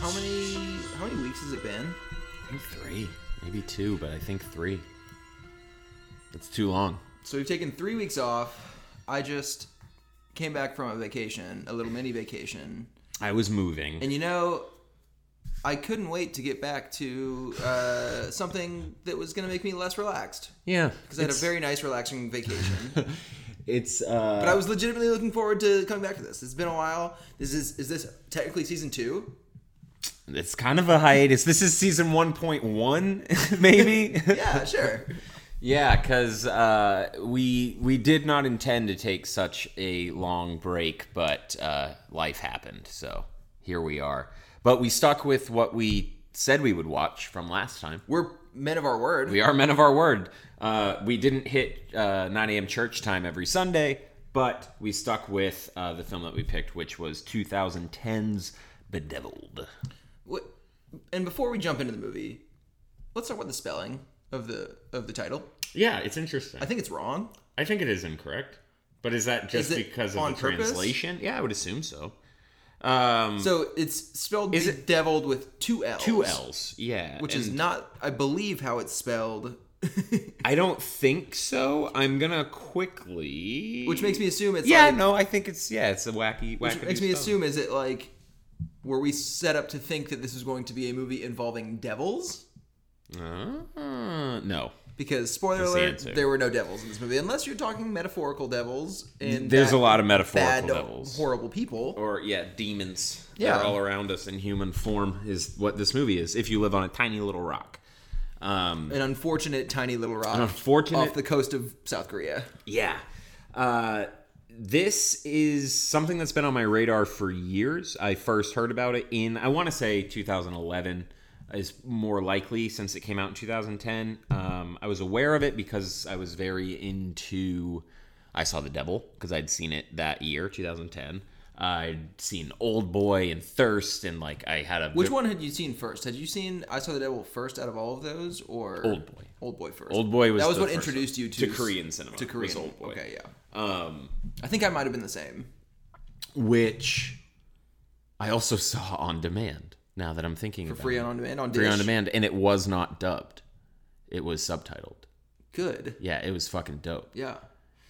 How many how many weeks has it been? I think three, maybe two, but I think three. It's too long. So we've taken three weeks off. I just came back from a vacation, a little mini vacation, I was moving. and you know, I couldn't wait to get back to uh, something that was going to make me less relaxed yeah, because I had a very nice, relaxing vacation. It's uh, but I was legitimately looking forward to coming back to this. It's been a while. This is is this technically season two? it's kind of a hiatus. This is season one point one, maybe. Yeah, sure. yeah, because uh, we we did not intend to take such a long break, but uh, life happened, so here we are. But we stuck with what we said we would watch from last time. We're men of our word. We are men of our word. Uh, we didn't hit uh, 9 a.m. church time every Sunday, but we stuck with uh, the film that we picked, which was 2010's Bedeviled. What, and before we jump into the movie, let's talk about the spelling of the of the title. Yeah, it's interesting. I think it's wrong. I think it is incorrect, but is that just Is it because of on the purpose? translation? Yeah, I would assume so. Um, So it's spelled Is it- bedeviled with two L's. two L's, yeah, Which is and not, I believe, how it's spelled. I don't think so. I'm gonna quickly. Which makes me assume it's Yeah, like. no, I think it's yeah, it's a wacky, wacky. Which makes me assume is it like. Were we set up to think that this was going to be a movie involving devils? Uh, no. Because spoiler That's the alert, answer. there were no devils in this movie, unless you're talking metaphorical devils. And There's bad- a lot of metaphorical bad, devils. horrible people. or yeah, demons. Yeah. They're all around us in human form is what this movie is. If you live on a tiny little rock. Um An unfortunate tiny little rock unfortunate off the coast of South Korea. Yeah. Uh this is something that's been on my radar for years. I first heard about it in I want to say 2011 is more likely since it came out in 2010. Um, I was aware of it because I was very into I saw The Devil because I'd seen it that year, 2010. I'd seen Old Boy and Thirst and like I had a Which one had you seen first? Had you seen I Saw the Devil first out of all of those, or Old Boy. Old Boy first. Old Boy was that was the what first introduced one. you to To Korean cinema, To was Korean Old Boy. Okay, yeah. um I think I might have been the same. which I also saw on demand. Now that I'm thinking For about free it. and on demand on free Dish. on demand, and it was not dubbed. It was subtitled. Good. Yeah, it was fucking dope. Yeah.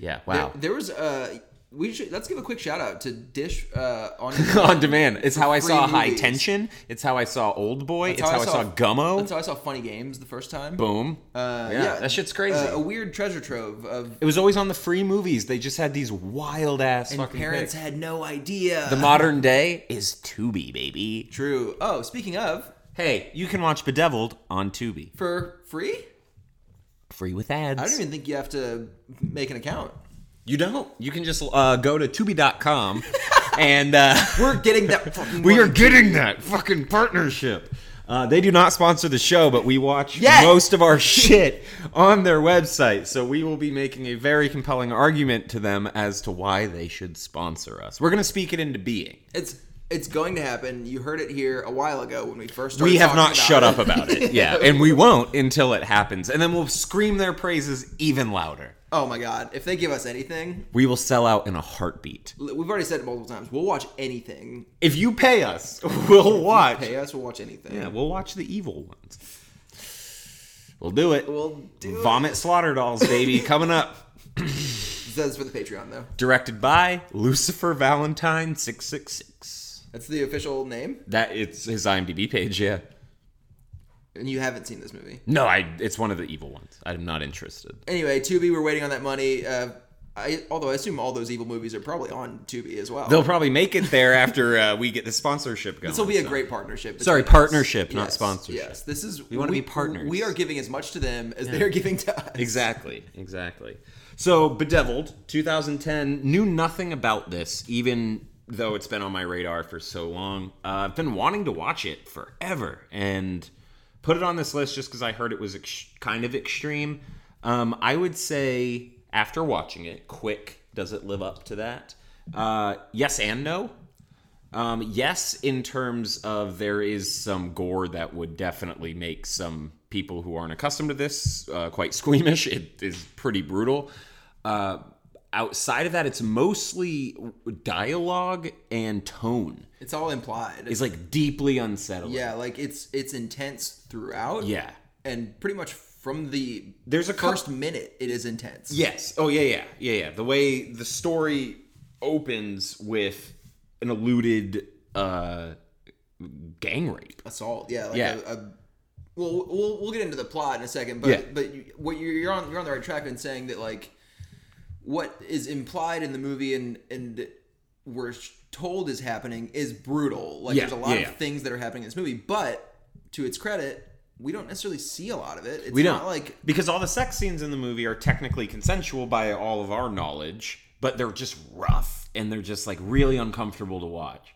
Yeah, wow. There, there was uh we should let's give a quick shout out to Dish uh on on demand. It's how I Free saw High movies. Tension. It's how I saw Old Boy. it's how, I saw, Gummo. That's how I saw Funny Games the first time. Boom. Uh, yeah, that shit's crazy. Uh, a weird treasure trove of it was always on the free movies. They just had these wild ass fucking parents picks. had no idea. The modern day is Tubi, baby. True. Oh, speaking of, Hey, you can watch Bedeviled on Tubi, for free? free with ads. I don't even think you have to make an account. You don't. You can just uh, go to Tubi.com and uh, We're getting that fucking we are money. getting that fucking partnership. Uh, they do not sponsor the show, but we watch Yes! most of our shit on their website. So we will be making a very compelling argument to them as to why they should sponsor us. We're going to speak it into being. It's it's going to happen. You heard it here a while ago when we first started. We have talking not about shut it. up about it. Yeah. And we won't until it happens. And then we'll scream their praises even louder. Oh my god! If they give us anything, We will sell out in a heartbeat. l- we've already said it multiple times. We'll watch anything. If you pay us, we'll watch. Pay us, we'll watch anything. Yeah, we'll watch the evil ones. We'll do it. We'll do Vomit Slaughter Dolls, baby, coming up. it. That's for the Patreon though. Directed by Lucifer Valentine six six six. That's the official name. That it's his IMDb page. Yeah. And you haven't seen this movie No, I. It's one of the evil ones. I'm not interested. anyway. Tubi, we're waiting on that money. Uh, I, although I assume all those evil movies are probably on Tubi as well. They'll probably make it there after uh, we get the sponsorship going. This will be a so. great partnership. Sorry, between us. partnership, not sponsorship. Yes, this is we wanna be partners. We are giving as much to them as they are giving to us. Exactly, exactly. So, Bedeviled, 2010, knew nothing about this, even though it's been on my radar for so long. Uh, I've been wanting to watch it forever and put it on this list just because I heard it was ex- kind of extreme. Um, I would say, after watching it, quick, does it live up to that? Uh, yes and no. Um, yes, in terms of there is some gore that would definitely make some people who aren't accustomed to this uh, quite squeamish. It is pretty brutal. Uh, outside of that, it's mostly dialogue and tone. It's all implied. It's like deeply unsettling. yeah, like it's it's intense throughout. Yeah. and pretty much from the There's a cou- first minute, it is intense. Yes. Oh yeah, yeah, yeah, yeah. The way the story opens with an alluded uh, gang rape. assault. Yeah, like Yeah. A, a, well, we'll we'll get into the plot in a second, but Yeah. but you, what you're, you're on you're on the right track in saying that like what is implied in the movie and and we're told is happening is brutal. Like Yeah, there's a lot yeah, yeah. of things that are happening in this movie, but to its credit, we don't necessarily see a lot of it. It's We not don't like because all the sex scenes in the movie are technically consensual by all of our knowledge, but they're just rough and they're just like really uncomfortable to watch.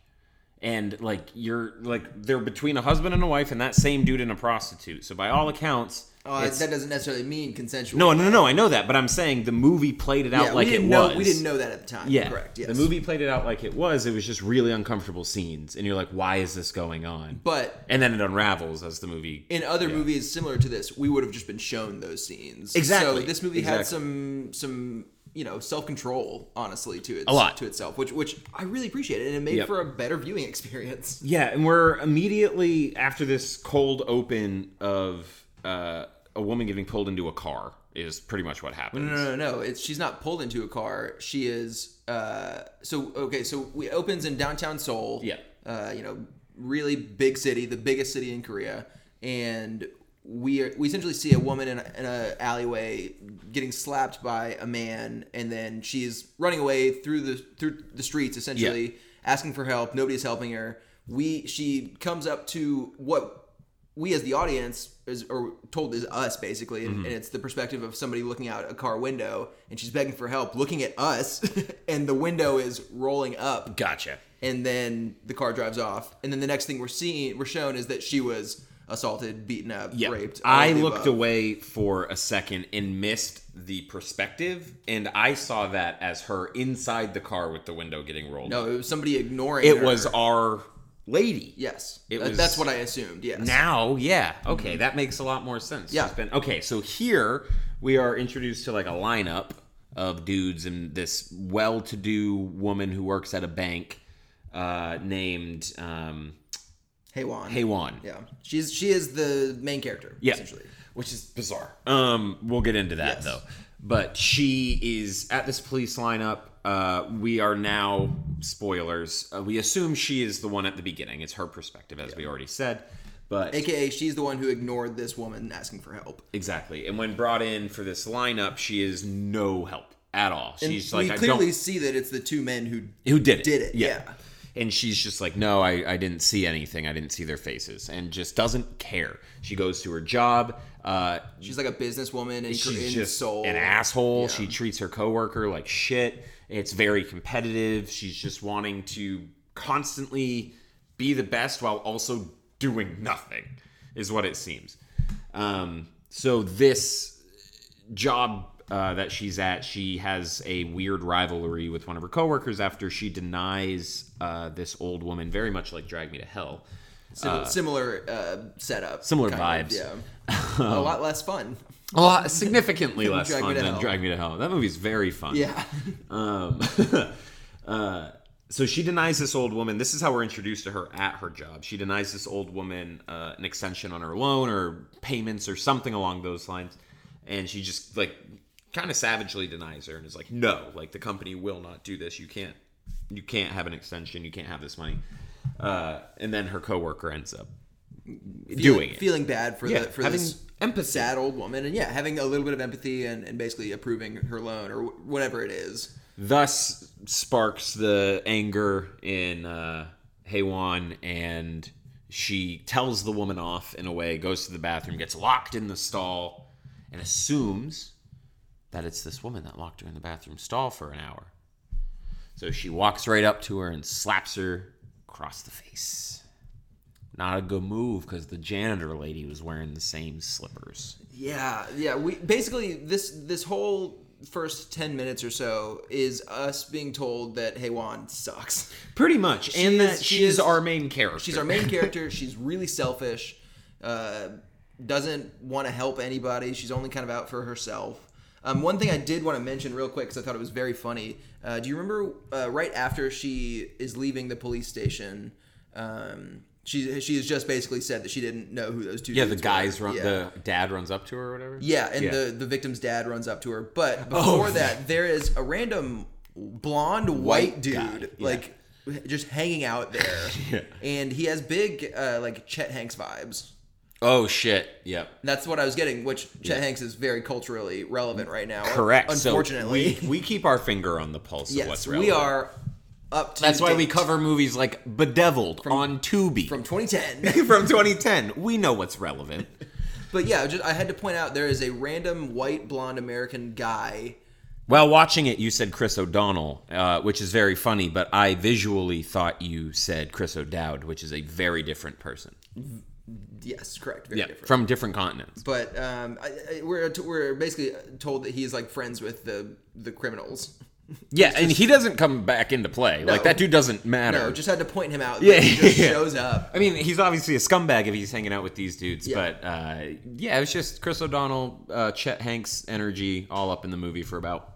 And like you're like they're between a husband and a wife and that same dude and a prostitute. So by all accounts, uh, it's- that doesn't necessarily mean consensual. no, no, no. I know that, but I'm saying the movie played it out yeah, like we didn't it know was. we didn't know that at the time. Yeah, correct. Yes. The movie played it out like it was. It was just really uncomfortable scenes, and you're like, "Why is this going on?" but And then it unravels as the movie. in other movies similar to this, we would have just been shown those scenes. Exactly. So this movie Exactly. had some some you know self control, honestly, to its, lot. to itself, which which I really appreciated, and it made Yep. for a better viewing experience. yeah, and we're immediately after this cold open of uh, a woman getting pulled into a car is pretty much what happens. No, no, no, no. It's she's not pulled into a car. She is. Uh, so okay, so we opens in downtown Seoul. Yeah. Uh, you know, really big city, the biggest city in Korea, and we are, we essentially see a woman in a, in a alleyway getting slapped by a man, and then she's running away through the through the streets, essentially asking for help. Nobody's helping her. We she comes up to what we as the audience is or told is us basically Mm-hmm. and, and it's the perspective of somebody looking out a car window and she's begging for help looking at us and the window is rolling up Gotcha. and then the car drives off and then the next thing we're seeing we're shown is that she was assaulted beaten up Yeah. raped all I of the looked above. away for a second and missed the perspective, and I saw that as her inside the car with the window getting rolled. no it was somebody ignoring it her. was our lady. yes It That- was- that's what i assumed yes Mm-hmm. Now, yeah. Okay, that makes a lot more sense. Yeah. It's been- okay, so here we are introduced to like a lineup of dudes and this well to do woman who works at a bank uh, named um, hey juan Heywan. yeah she's she is the main character Yeah. essentially Which is bizarre. Um, we'll get into that Yes. though. But she is at this police lineup. Uh, we are now spoilers. Uh, we assume she is the one at the beginning. It's her perspective, as we already said. But aka she's the one who ignored this woman asking for help Exactly. And when brought in for this lineup, she is no help at all. She's we like, I clearly don't. see that it's the two men who Who did it? did it. Yeah. And she's just like, no, I, I didn't see anything. I didn't see their faces. And just doesn't care. She goes to her job. Uh, She's like a businesswoman and she's in just soul. an asshole. She treats her coworker like shit. It's very competitive. She's just wanting to constantly be the best while also doing nothing, is what it seems. Um, so this job uh, that she's at, she has a weird rivalry with one of her coworkers after she denies uh, this old woman, very much like Drag Me to Hell. Sim- similar uh, setup. Similar kind vibes. yeah. a lot less fun. A lot significantly less Drag Me fun to than Hell. Drag Me to Hell. That movie's very fun. Yeah. Um, uh, so she denies this old woman. This is how we're introduced to her at her job. She denies this old woman uh, an extension on her loan or payments or something along those lines, and she just like kind of savagely denies her and is like, "No, like the company will not do this. You can't, you can't have an extension. You can't have this money." Uh, and then her coworker ends up doing it. Feeling bad for Yeah, the for having this empathy. sad old woman, and yeah, having a little bit of empathy and, and basically approving her loan or wh- whatever it is. thus sparks the anger in uh, Heiwan, and she tells the woman off in a way, goes to the bathroom, gets locked in the stall, and assumes that it's this woman that locked her in the bathroom stall for an hour. So she walks right up to her and slaps her across the face. Not a good move because the janitor lady was wearing the same slippers. Yeah, yeah. We basically this this whole first 10 minutes or so is us being told that Hey Wan sucks. Pretty much, She and is- that she she is is- our main character. She's our main character. She's really selfish. Uh, doesn't want to help anybody. She's only kind of out for herself. Um, one thing I did want to mention real quick because I thought it was very funny. Uh, do you remember uh, right after she is leaving the police station? Um, she she has just basically said that she didn't know who those two. Yeah, the dudes guys were. run. Yeah. The dad runs up to her or whatever. Yeah, and Yeah. Oh. the the victim's dad runs up to her. But before that, there is a random blonde white, White dude guy, yeah. like just hanging out there, and he has big uh, like Chet Hanks vibes. Oh shit. Yep. That's what I was getting, which Chet Hanks is very culturally relevant right now. Correct. Unfortunately, so we, we keep our finger on the pulse of yes, what's relevant. we are up to That's why we date cover movies like Bedeviled on Tubi from 2010. from 2010. We know what's relevant. but yeah, just, I had to point out there is a random white blonde American guy. While watching it, you said Chris O'Donnell, uh, which is very funny, but I visually thought you said Chris O'Dowd, which is a very different person. Yes, correct. Very yeah, different. from different continents. But um, I, I, we're we're basically told that he's like friends with the the criminals. Yeah, and he doesn't come back into play. Like that dude doesn't matter. No, just had to point him out. Yeah, Yeah, he just yeah. shows up. I mean, he's obviously a scumbag if he's hanging out with these dudes, Yeah. but uh, yeah, it was just Chris O'Donnell, uh, Chet Hanks energy all up in the movie for about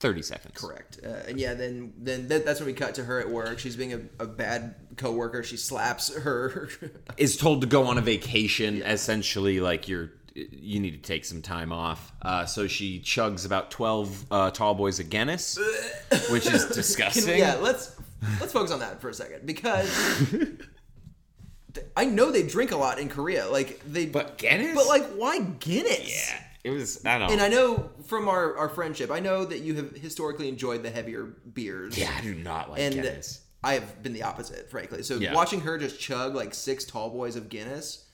30 seconds. Correct. Uh, and yeah, then then that, that's when we cut to her at work. She's being a, a bad coworker. She slaps her. Is told to go on a vacation, essentially, like you're. You need to take some time off. Uh, so she chugs about 12 uh, tall boys of Guinness, which is disgusting. yeah, let's let's focus on that for a second because th- I know they drink a lot in Korea. Like they, But Guinness? but like why Guinness? Yeah. It was, I don't know. And I know from our, our friendship, I know that you have historically enjoyed the heavier beers. yeah, I do not like and Guinness. I have been the opposite, frankly. So Yeah. watching her just chug like six tall boys of Guinness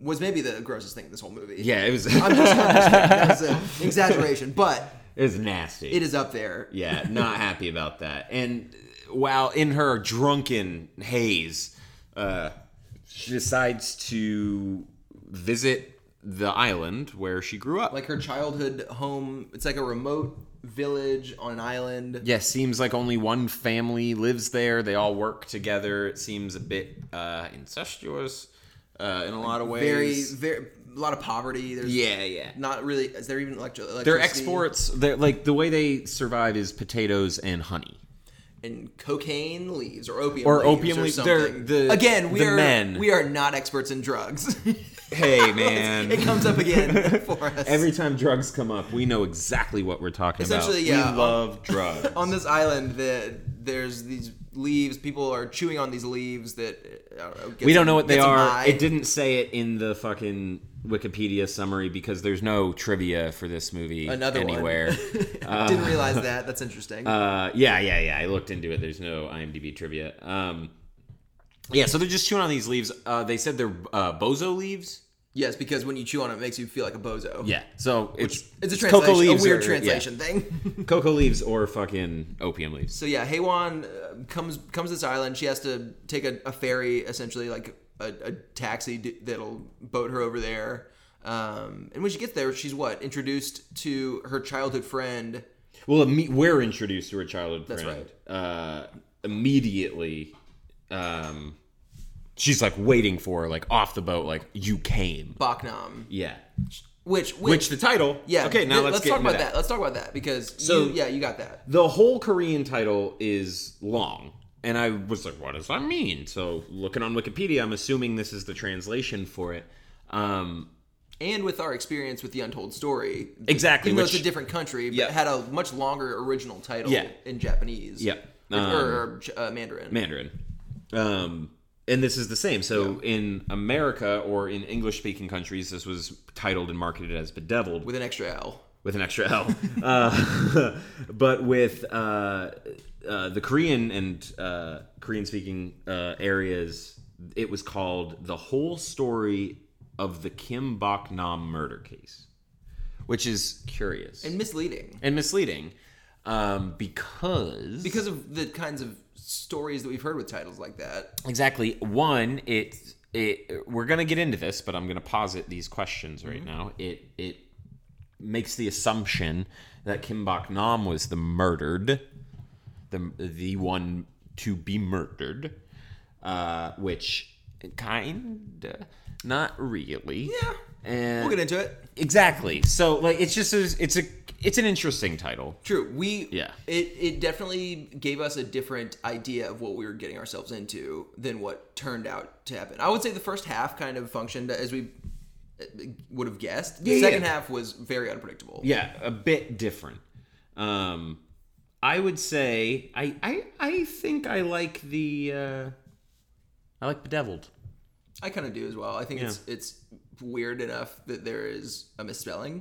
was maybe the grossest thing in this whole movie. Yeah, it was, I'm just, I'm just kidding. that was an exaggeration, but it was nasty. it is up there. Yeah, not happy about that. And while in her drunken haze, uh, she decides to visit the island where she grew up. Like her childhood home, it's like a remote village on an island. yeah, seems like only one family lives there. They all work together. It seems a bit uh, incestuous uh, in a lot of Very, ways. very, a lot of poverty. There's yeah, yeah. not really, is there even electro- electricity? Their exports, they're, like the way they survive is potatoes and honey. and cocaine leaves or opium Or leaves opium or leaves. something. They're the- again we the are men. we are not experts in drugs Hey, man. it comes up again for us Every time drugs come up, we know exactly what we're talking Essentially, about. yeah. We love drugs. on this island that there's these leaves people are chewing on these leaves that I don't know, gets we don't them- know what they gets them are. high. It didn't say it in the fucking Wikipedia summary because there's no trivia for this movie another anywhere. one didn't realize that that's interesting uh, yeah, yeah, yeah. I looked into it. There's no IMDb trivia. Um, yeah, so they're just chewing on these leaves. Uh, they said they're uh, bozo leaves. yes because when you chew on it, it makes you feel like a bozo Yeah, so it's it's a cocoa translation a weird or- yeah, translation thing cocoa leaves or fucking opium leaves. So yeah, Heiwan uh, comes comes to this island. She has to take a, a ferry, essentially like a, a taxi d- that'll boat her over there. Um, and when she gets there, she's what introduced to her childhood friend. Well, imme- we're introduced to her childhood That's friend. Uh, immediately, um, she's like waiting for her, like off the boat, like you came. Bachnam, Yeah. which which, Which the title? yeah. Okay, now th- let's, get talk into about that. that. Let's talk about that because So- you, yeah, you got that. The whole Korean title is long, and I was like, "What does that mean?" So looking on Wikipedia, I'm assuming this is the translation for it. Um, And with our experience with the Untold Story, exactly. even though Which, it's a different country, but Yeah. had a much longer original title Yeah. in Japanese. yeah. Or, Um, or, uh, Mandarin. Mandarin. Um, and this is the same. So in America or in English speaking countries, this was titled and marketed as Bedeviled with with, an extra L. an extra L. uh, but with uh, uh, the Korean and uh, Korean speaking uh, areas, it was called The Whole Story of the Kim Bok Nam Murder Case, which is curious and, And misleading. misleading um, because. because of the kinds of stories that we've heard with titles like that. Exactly. One, it it we're gonna get into this, Mm-hmm. but I'm gonna posit these questions right now. It it makes the assumption that Kim Bok Nam was the murdered, the the one to be murdered, uh, which kind not really. Yeah. and We'll get into it. exactly. So like it's just a, it's a it's an interesting title. True. We Yeah. It it definitely gave us a different idea of what we were getting ourselves into than what turned out to happen. I would say the first half kind of functioned as we uh, would have guessed. The Yeah, second yeah. half was very unpredictable. Yeah, a bit different. Um, I would say I I I think I like the uh, I like Bedeviled. I kind of do as well. I think it's it's weird enough that there is a misspelling,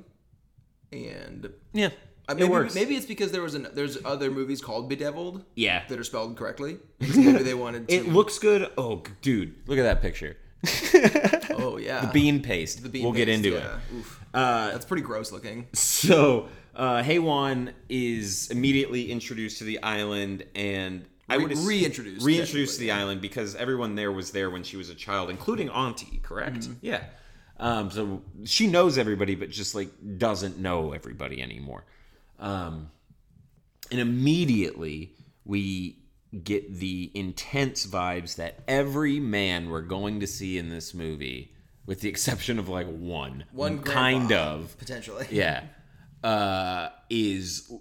and Yeah, I maybe, it works. maybe it's because there was an there's other movies called Bedeviled yeah, that are spelled correctly. maybe they wanted to. it looks good. Oh, g- dude, look at that picture. oh yeah, Bean paste. The bean we'll get paste, into it. yeah. Oof. Uh, That's pretty gross looking. so uh, Heiwan is immediately introduced to the island and. I Re- would ass- reintroduced, reintroduced technically, to the island because everyone there was there when she was a child, including Auntie. Correct? Mm-hmm. Yeah. Um, so she knows everybody, but just like doesn't know everybody anymore. Um, and immediately we get the intense vibes that every man we're going to see in this movie, with the exception of like one, One kind grandpa. of, Potentially. yeah, uh, is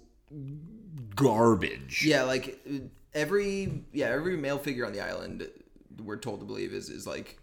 garbage. Yeah, like every yeah every male figure on the island we're told to believe is is like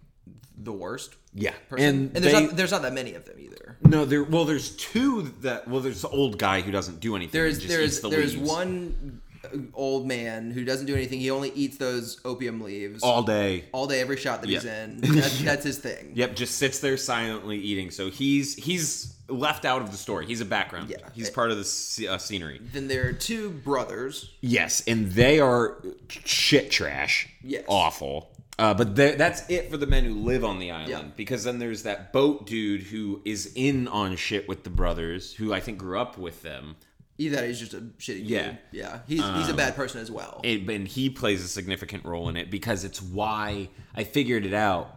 the worst. Yeah, person. and, there's they, not there's not that many of them either. no, there. Well, there's two that. Well, there's the old guy who doesn't do anything. There and is just there eats is the there is leaves one uh, old man who doesn't do anything. He only eats those opium leaves all, all day. day, every shot that he's Yeah. in. That's, that's his thing. Yep, just sits there silently eating. So he's he's left out of the story. He's a background. Yeah. he's part of the sce- uh, scenery. Then there are two brothers. Yes, and they are shit trash. Yes. Awful. Uh, but they- that's it for the men who live on the island. Yeah. Because then there's that boat dude who is in on shit with the brothers, who I think grew up with them. Either that is just a shitty Yeah. dude. Yeah. He's he's a bad person as well. It, and he plays a significant role in it because it's why I figured it out.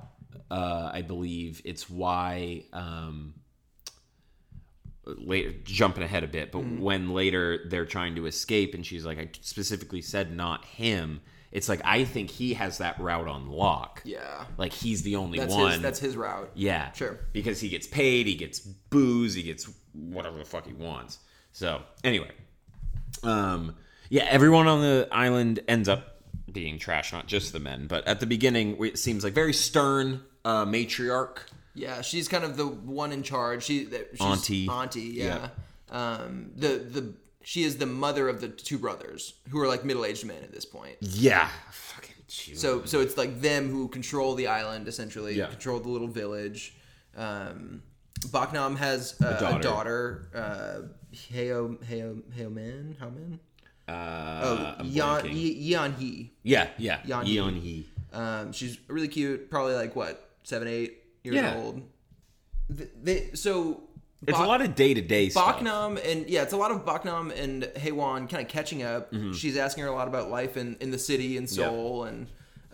Uh, I believe it's why. Um, later, jumping ahead a bit, but Mm-hmm. when later they're trying to escape, and she's like, "I specifically said not him." It's like I think he has that route on lock. yeah. Like he's the only That's one. his that's his route. yeah, Sure. Because he gets paid, he gets booze, he gets whatever the fuck he wants. So anyway, um, yeah, everyone on the island ends up being trash, not just the men. But at the beginning, we- it seems like very stern uh, matriarch. Yeah, she's kind of the one in charge. She that she's Auntie. Auntie, yeah. Um the the she is the mother of the two brothers who are like middle-aged men at this point. Yeah, fucking. Jew. So so it's like them who control the island essentially, Yeah. control the little village. Um Baknam has uh, a daughter, daughter. uh Heo Heo Heo Man, how man? Uh, oh, I'm Yan blanking. Yan He. Yeah, yeah. Yeon Hee. Yeon Hee. Um, she's really cute, probably like what seven, eight years Yeah. old. Th they, so It's a lot of day to day stuff. Baknam and yeah, it's a lot of Baknam and Heiwan kind of catching up. Mm-hmm. She's asking her a lot about life in, in the city and Seoul and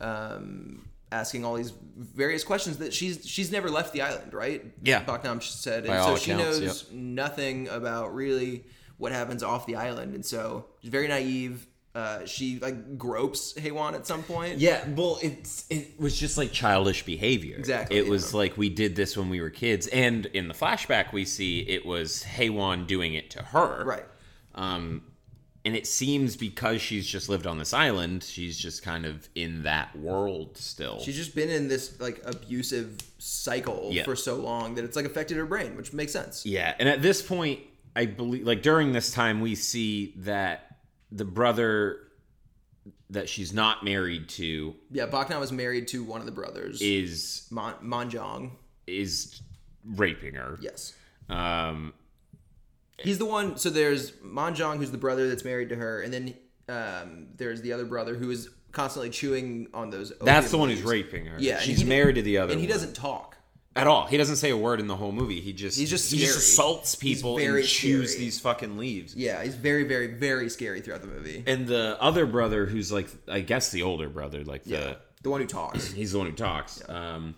um, asking all these various questions that she's she's never left the island, right? Yeah. Baknam said, By and so all she accounts, knows nothing about really what happens off the island, and so she's very naive. Uh, she like gropes Heiwan at some point. Yeah, well, it's it was just like childish behavior. Exactly, It yeah. was like we did this when we were kids, and in the flashback we see it was Heiwan doing it to her. Right. Um, and it seems because she's just lived on this island, she's just kind of in that world still. She's just been in this like abusive cycle Yeah. for so long that it's like affected her brain, which makes sense. Yeah, and at this point, I believe, like during this time, we see that the brother that she's not married to Yeah, Baknam was married to one of the brothers, is Mon- Monjong. is raping her. Yes, Um, he's the one. So there's Monjong, who's the brother that's married to her, and then um, there's the other brother who is constantly chewing on those. that's opium the one who's leaves. raping her. Yeah, and she's he- married to the other. and he one. doesn't talk. at all. He doesn't say a word in the whole movie. He just He's just he just scary. assaults people very and chews scary. these fucking leaves. Yeah, he's very, very, very scary throughout the movie. And the other brother, who's like, I guess the older brother, like the The one who talks. he's the one who talks. Um,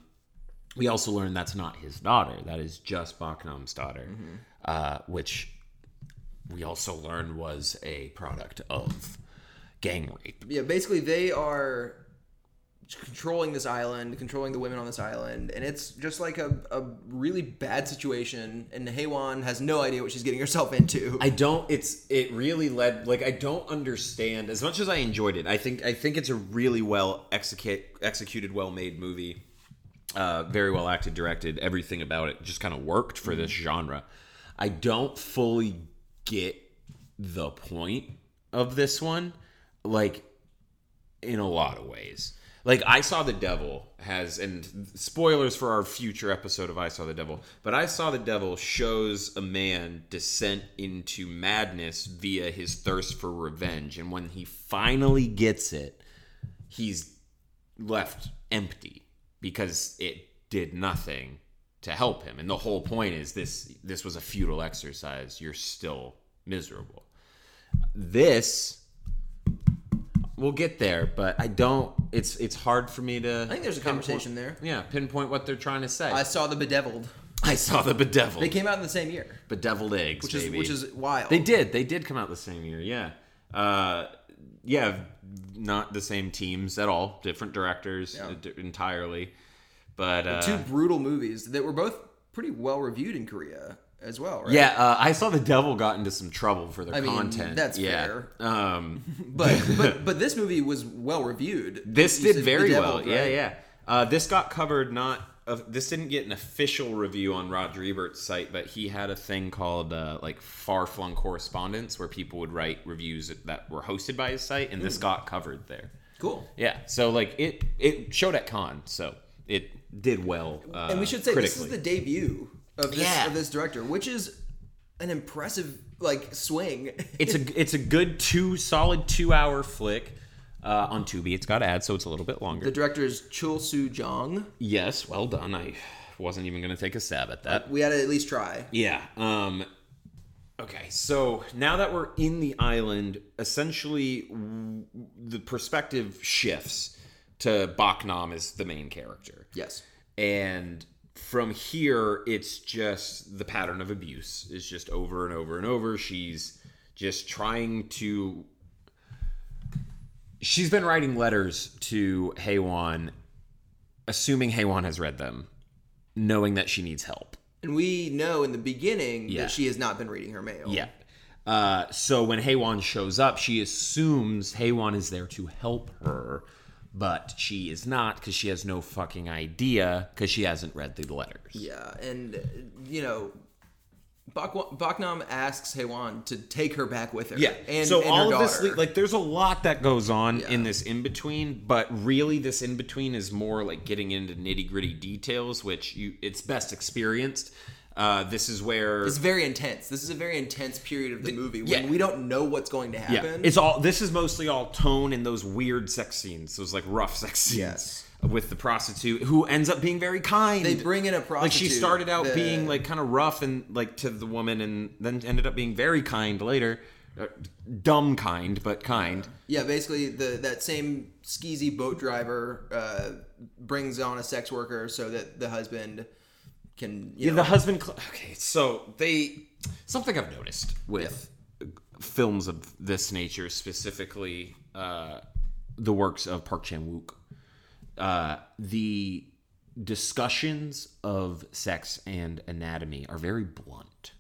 we also learn Mm-hmm. that's not his daughter. That is just Baknam's daughter, uh, which we also learn was a product of gang rape. Yeah, basically they are controlling this island, controlling the women on this island, and it's just like a, a really bad situation. And Heywan has no idea what she's getting herself into. I don't. It's it really led. Like I don't understand as much as I enjoyed it. I think I think it's a really well execute, executed, well made movie. Uh, very well acted, directed. Everything about it just kind of worked for this genre. I don't fully get the point of this one. Like in a lot of ways. Like I saw the devil has and spoilers for our future episode of I saw the devil, but I saw the devil shows a man descent into madness via his thirst for revenge and when he finally gets it, he's left empty because it did nothing to help him. And the whole point is this this was a futile exercise. You're still miserable. This we'll get there, but I don't. It's it's hard for me to. I think there's a conversation there. Yeah, pinpoint what they're trying to say. I I, saw the Bedeviled. saw the bedeviled, They came out in the same year, bedeviled eggs, which is baby. which is wild. they did. They did come out the same year. Yeah, uh, yeah, not the same teams at all. Different directors Yeah. uh, d- entirely, but uh, two brutal movies that were both pretty well reviewed in Korea as well, right? yeah, uh, I saw the devil got into some trouble for their mean, content. that's yeah. fair. Um, But but but this movie was well reviewed. This You did said very well. Bedeviled, Yeah, right? yeah. Uh, this got covered. Not uh, this didn't get an official review on Roger Ebert's site, but he had a thing called uh, like far flung correspondence where people would write reviews that were hosted by his site, and this Hmm. got covered there. Cool. Yeah. So like it it showed at con, so it did well. Uh, and we should say critically. this is the debut of this, Yeah. of this director, which is an impressive like swing. it's a it's a good two solid two hour flick. Uh, on Tubi, it's got ads, so it's a little bit longer. the director is Chul Soo Jong. yes, well done. I wasn't even going to take a stab at that. We had to at least try. Yeah. Um okay, so now that we're in the island, essentially w- the perspective shifts to Baknam as the main character. Yes. And from here it's just the pattern of abuse is just over and over and over. She's just trying to She's been writing letters to Haywan assuming Haywan has read them, knowing that she needs help. And we know in the beginning Yeah. that she has not been reading her mail. Yeah. Uh, so when Haywan shows up, she assumes Haywan is there to help her, but she is not because she has no fucking idea because she hasn't read the letters. Yeah, and uh, you know, Bak- Baknam asks Heywan to take her back with her. and so and all her of this, daughter. le- like, there's a lot that goes on in Yeah. this in between, but really, this in between is more like getting into nitty gritty details, which you it's best experienced. Uh, this is where it's very intense. This is a very intense period of the movie when yeah. we don't know what's going to Yeah, happen. it's all. This is mostly all tone and those weird sex scenes, those like rough sex scenes Yes. with the prostitute who ends up being very kind. they bring in a prostitute. like she started out the- being like kind of rough and like to the woman, and then ended up being very kind later, Uh, dumb kind but kind. yeah, basically the that same skeezy boat driver uh, brings on a sex worker so that the husband can you Yeah, know, the husband. Cl- okay, so they something I've noticed with films of this nature, specifically uh, the works of Park Chan Wook, uh, the discussions of sex and anatomy are very blunt.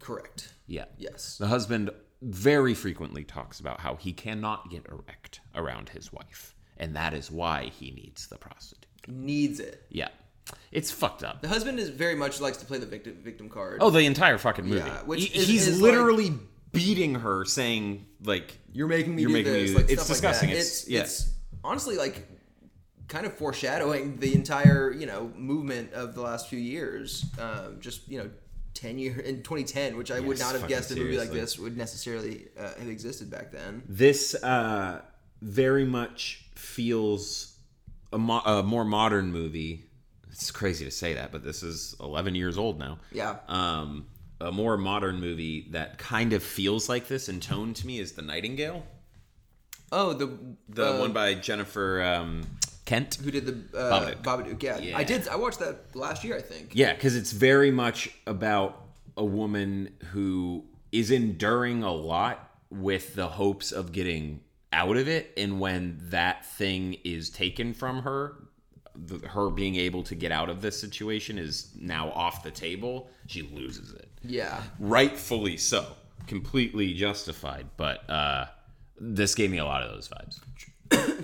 correct. Yeah. Yes. The husband very frequently talks about how he cannot get erect around his wife, and that is why he needs the prostitute. Needs it. Yeah, it's fucked up. The husband is very much likes to play the victim victim card. Oh, the entire fucking movie. Yeah, which He- is- he's is literally beating her, saying like, You're making me You're do making me this. do like, this. It's stuff disgusting. Like that. It's- yeah. it's honestly like kind of foreshadowing the entire you know movement of the last few years. Um, just you know, ten year in 2010, which I would Yes, not have fucking guessed a movie like seriously. this would necessarily uh, have existed back then. "This uh, very much feels a, mo- a more modern movie." It's crazy to say that, but this is 11 years old now. Yeah, Um, a more modern movie that kind of feels like this in tone to me is The Nightingale, Oh, the the uh, one by Jennifer um, Kent. who did the uh, Babadook. Babadook. Yeah. Yeah. I did. I watched that last year, I think. Yeah, because it's very much about a woman who is enduring a lot with the hopes of getting out of it and when that thing is taken from her the, her being able to get out of this situation is now off the table she loses it Yeah. rightfully so completely justified but uh this gave me a lot of those vibes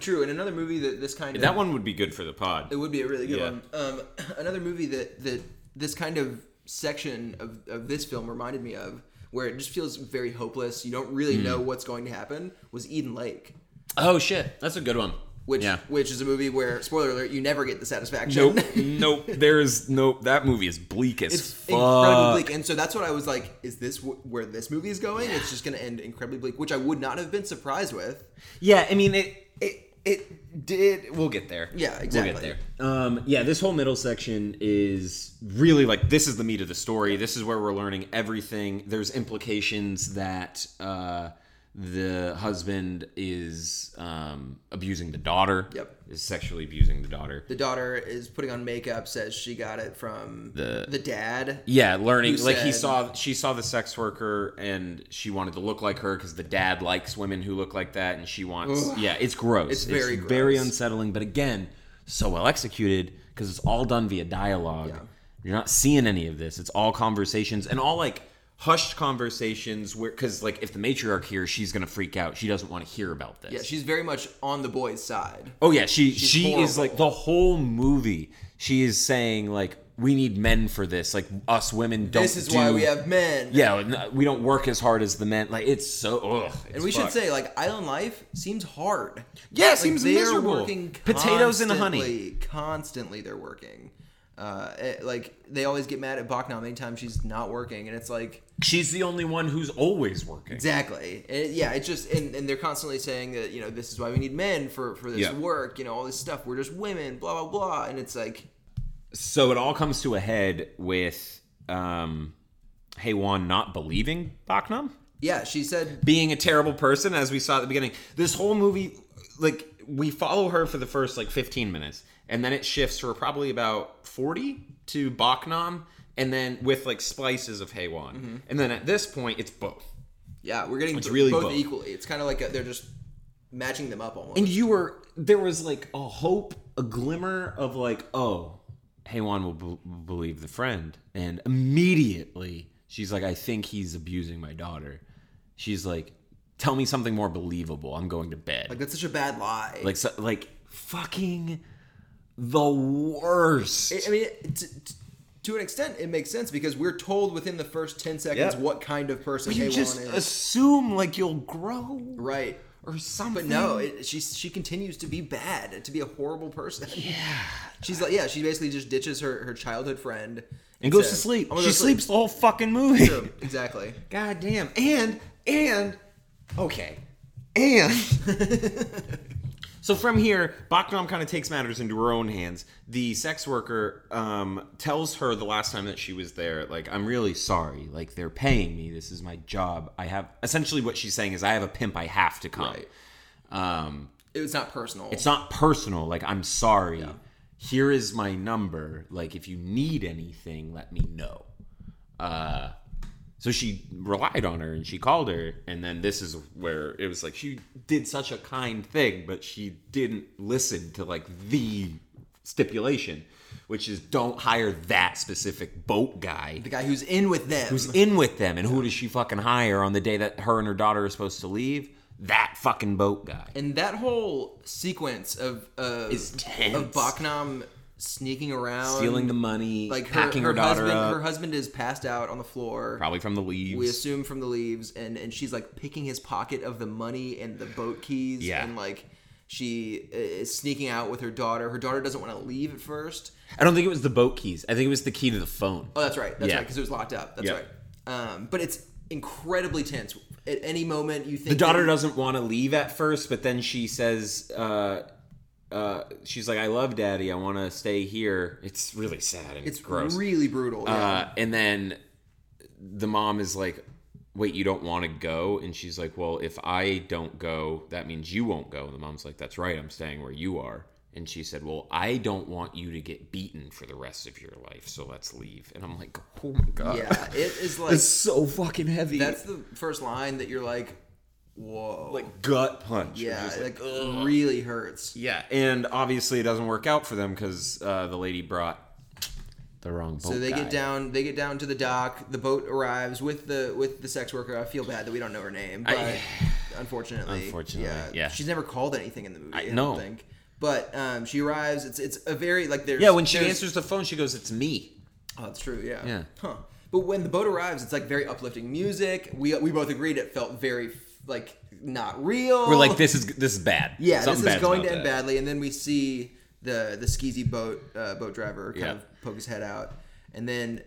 True. And another movie that this kind of that one would be good for the pod It would be a really good Yeah. one. Um, another movie that that this kind of section of, of this film reminded me of, where it just feels very hopeless. You don't Hmm. really know what's going to happen. Was Eden Lake, oh shit that's a good one which yeah which is a movie where spoiler alert, you never get the satisfaction. nope nope there's nope that movie is bleak as it's fuck incredibly bleak, and so that's what I was like: Is this w- where this movie is going? It's just going to end incredibly bleak, which I would not have been surprised with. Yeah, I mean it. It it did. We'll get there. Yeah, exactly. We'll get there. Um, yeah, this whole middle section is really like this is the meat of the story. This is where we're learning everything. There's implications that uh, the husband is um, abusing the daughter. Yep. Is sexually abusing the daughter. The daughter is putting on makeup, says she got it from The- the dad. Yeah, learning Who like he said- saw she saw the sex worker and she wanted to look like her because the dad likes women who look like that and she wants yeah it's gross It's very very gross. unsettling but again so well executed because it's all done via dialogue Yeah. you're not seeing any of this it's all conversations and all like hushed conversations where because like if the matriarch hears she's gonna freak out she doesn't want to hear about this Yeah, she's very much on the boy's side. Oh yeah, she she is horrible. like the whole movie. She is saying like we need men for this. Like us women don't. This is do- why we have men. Yeah, like, no, we don't work as hard as the men. Like it's so. Ugh, And we should say, like, island life seems hard. Yeah, it Like, seems they're miserable. Working Potatoes and honey. constantly- Constantly, they're working. Uh, eh, like they always get mad at Bachna anytime she's not working, and it's like she's the only one who's always working. exactly, Eh, yeah. It's just and, and they're constantly saying that you know this is why we need men for for this Yeah. work, you know all this stuff. We're just women, blah blah blah, and it's like So it all comes to a head with um, Heywan not believing Baknam. yeah. She said being a terrible person as we saw at the beginning this whole movie like we follow her for the first like 15 minutes and then it shifts for probably about 40 to baknam and then with like splices of Haywan. and then at this point it's both yeah, we're getting It's b- really both, both. equally. It's kind of like a, they're just matching them up almost. and you were there was like a hope a glimmer of like oh Haywan will b- believe the friend and immediately she's like i think he's abusing my daughter she's like tell me something more believable i'm going to bed like that's such a bad lie. like so, like fucking the worst I- I mean, t- t- to an extent, it makes sense because we're told within the first ten seconds Yeah. what kind of person you Haywan just is. assume like you'll grow right. or something But no, it, she she continues to be bad, to be a horrible person. Yeah. She's like, yeah, she basically just ditches her, her childhood friend and goes to says, sleep "I'm gonna she go to sleeps the whole fucking movie True. Exactly. god damn and and okay and so from here baknam kind of takes matters into her own hands the sex worker um, tells her the last time that she was there like i'm really sorry like they're paying me this is my job i have essentially what she's saying is i have a pimp i have to come Right. um, It was not personal. it's not personal like i'm sorry here is my number like if you need anything let me know uh so she relied on her and she called her and then this is where it was like she did such a kind thing but she didn't listen to like the stipulation which is don't hire that specific boat guy the guy who's in with them. who's in with them and who does she fucking hire on the day that her and her daughter are supposed to leave that fucking boat guy and that whole sequence of of, Is tense. of Baknam sneaking around, stealing the money, like her, packing her, her daughter husband. up, Her husband is passed out on the floor. probably from the leaves. we assume from the leaves and and she's like picking his pocket of the money and the boat keys Yeah. and like she is sneaking out with her daughter her daughter doesn't want to leave at first I don't think it was the boat keys. I think it was the key to the phone. oh that's right that's Yeah. right because it was locked up that's Yeah. right um, but it's incredibly tense at any moment you think the daughter doesn't want to leave at first, but then she says, uh, uh, "She's like, I love daddy. I want to stay here." It's really sad and it's gross. really brutal yeah. Uh, and then the mom is like, "Wait, you don't want to go?" And she's like, "Well, if I don't go, that means you won't go." And the mom's like, "That's right. I'm staying where you are." And she said, Well, I don't want you to get beaten for the rest of your life, so let's leave. And I'm like, Oh my God. Yeah, it is like That's so fucking heavy. that's the first line that you're like, whoa, like gut punch. You're yeah, just like, really hurts. yeah. And obviously, it doesn't work out for them because uh, the lady brought the wrong boat. So they guy. get down, they get down to the dock. The boat arrives with the with the sex worker. I feel bad that we don't know her name, but unfortunately, Unfortunately, yeah, yeah. she's never called anything in the movie. I, no. don't think. But um, she arrives. It's it's a very like there's Yeah, when she there's- answers the phone, she goes, It's me. Oh, that's true. Yeah. Yeah. Huh. But when the boat arrives, it's like very uplifting music. We we both agreed it felt very like not real. We're like, This is this is bad. Oh. Yeah, Something this is bad's going about to end that." badly, and then we see the the skeezy boat uh, boat driver kind Yeah. of poke his head out, and then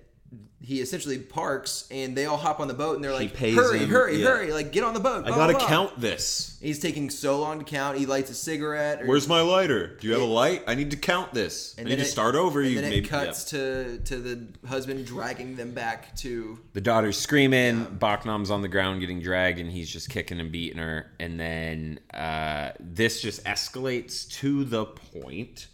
he essentially parks, and they all hop on the boat, and they're like, pays "Hurry, him, hurry, yeah. hurry! Like, get on the boat!" I blah, gotta blah, blah." count this. He's taking so long to count. He lights a cigarette. Or, Where's my lighter? Do you have a light? I need to count this. I need to it- start over. And you then it maybe, cuts to to the husband dragging them back to The daughter's screaming. Bachnam's on the ground getting dragged, and he's just kicking and beating her. And then uh, this just escalates to the point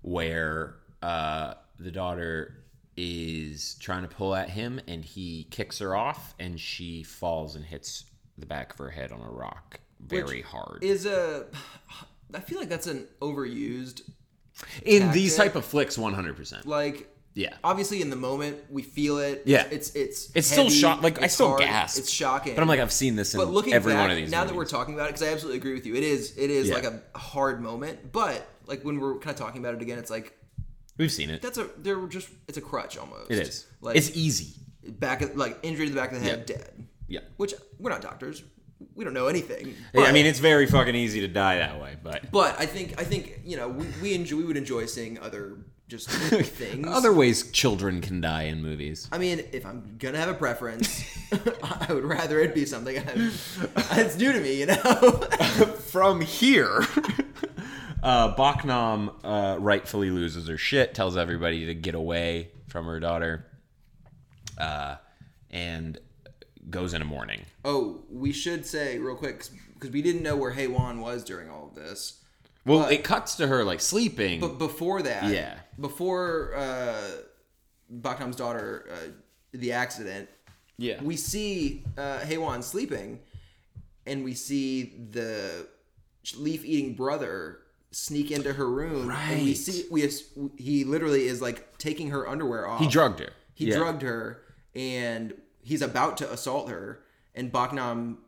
where uh, the daughter is trying to pull at him, and he kicks her off, and she falls and hits the back of her head on a rock very hard. is a. I feel like that's an overused In these type of flicks, one hundred percent. like. Yeah. Obviously, in the moment, we feel it. Yeah. it's it's It's still heavy, shock. Like I it's still hard, gasp. It's shocking. But I'm like, I've seen this in but looking every back, one of these. now that we're movies. talking about it, because I absolutely agree with you, it is it is Yeah. like a hard moment. But like when we're kind of talking about it again, it's like we've seen it. that's a they're just it's a crutch almost. It is. like it's easy. back of- like injury to the back of the head, Yeah. dead. Yeah. Which we're not doctors, we don't know anything. Yeah, I But- mean, it's very fucking easy to die that way, but but I think I think you know we, we enjoy we would enjoy seeing other just things. other ways children can die in movies. I mean, if I'm gonna have a preference, I would rather it be something I'm, it's new to me, you know. From here, uh, Bachnam uh, rightfully loses her shit, tells everybody to get away from her daughter, uh, and goes into mourning. oh, we should say real quick because we didn't know where Heywan was during all of this. Well, it cuts to her like sleeping. But before that, Yeah. before uh, Baknam's daughter, uh, the accident, yeah, we see uh, Heywan sleeping, and we see the leaf eating brother sneak into her room. And we Right. see we as- he literally is like taking her underwear off. he drugged her. He Yeah. drugged her, and he's about to assault her. And Baknam,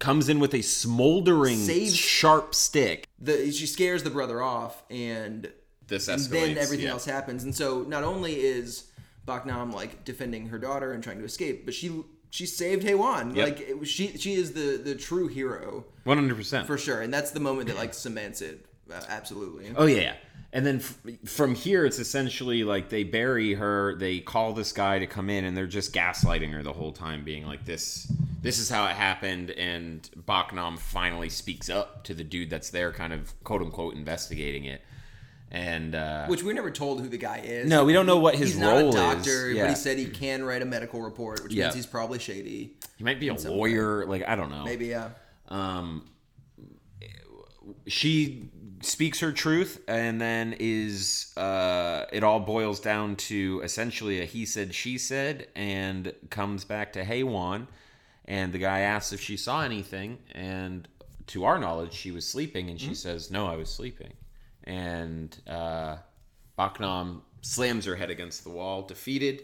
comes in with a smoldering Saves- sharp stick. the she scares the brother off, and This escalates. then everything else happens. And so not only is Baknam like defending her daughter and trying to escape, but she she saved Heywan. Yep. Like it was, she she is the the true hero One hundred percent. for sure, and that's the moment that like cements it uh, absolutely. Oh yeah, yeah. And then f- from here, it's essentially like they bury her. They call this guy to come in, and they're just gaslighting her the whole time, being like, "This, this is how it happened." And Baknam finally speaks up to the dude that's there, kind of quote unquote investigating it. And uh, Which we're never told who the guy is. no, we don't know what his He's role not a doctor, is. but Yeah. he said he can write a medical report, which Yeah. means he's probably shady. he might be a lawyer. Like I don't know. Maybe uh, yeah. um, she speaks her truth and then is uh, it all boils down to essentially a he said she said and comes back to Haywan and the guy asks if she saw anything and to our knowledge she was sleeping and she Mm-hmm. says no I was sleeping and uh, Baknam slams her head against the wall defeated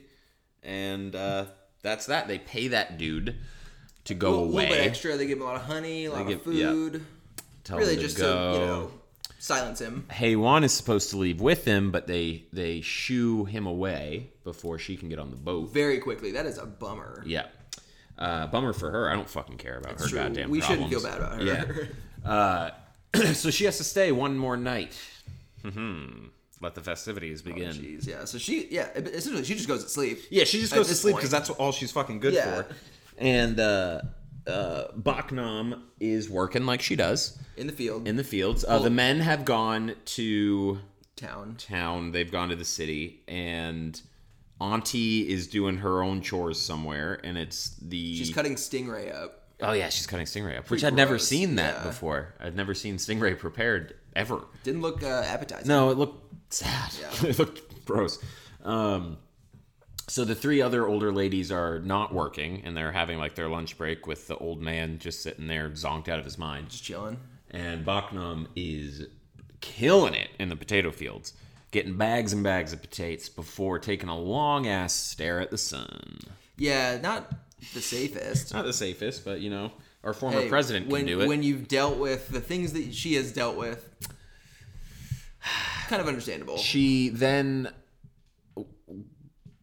and uh, that's that they pay that dude to go A away little bit extra. They give him a lot of honey, a lot of give- yeah. food. tell Really, him to just go. to you know silence him. Heywan is supposed to leave with him, but they they shoo him away before she can get on the boat. very quickly. That is a bummer. Yeah, uh, bummer for her. I don't fucking care about her true. goddamn. We shouldn't feel problems. bad about her. Yeah. Uh, so she has to stay one more night. Hmm. Let the festivities Oh, begin. Jeez, yeah. So she, yeah, essentially she just goes to sleep. Yeah, she just At goes to this sleep point. because that's what- all she's fucking good Yeah. for. And uh, uh, Baknam is working like she does in the field, in the fields. Uh, the men have gone to town. town. They've gone to the city, and Auntie is doing her own chores somewhere, and it's the She's cutting Stingray up. Oh yeah, she's cutting stingray up, which Pretty I'd never gross, seen that yeah. before. I'd never seen stingray prepared ever. Didn't look uh, appetizing. No, it looked sad. Yeah. it looked gross. Um, so the three other older ladies are not working, and they're having like their lunch break with the old man just sitting there zonked out of his mind. Just chilling. And Bachnum is killing it in the potato fields, getting bags and bags of potatoes before taking a long ass stare at the sun. Yeah, not the safest. Not the safest, but you know, our former Hey, president can when, do it. When you've dealt with the things that she has dealt with, kind of understandable. She then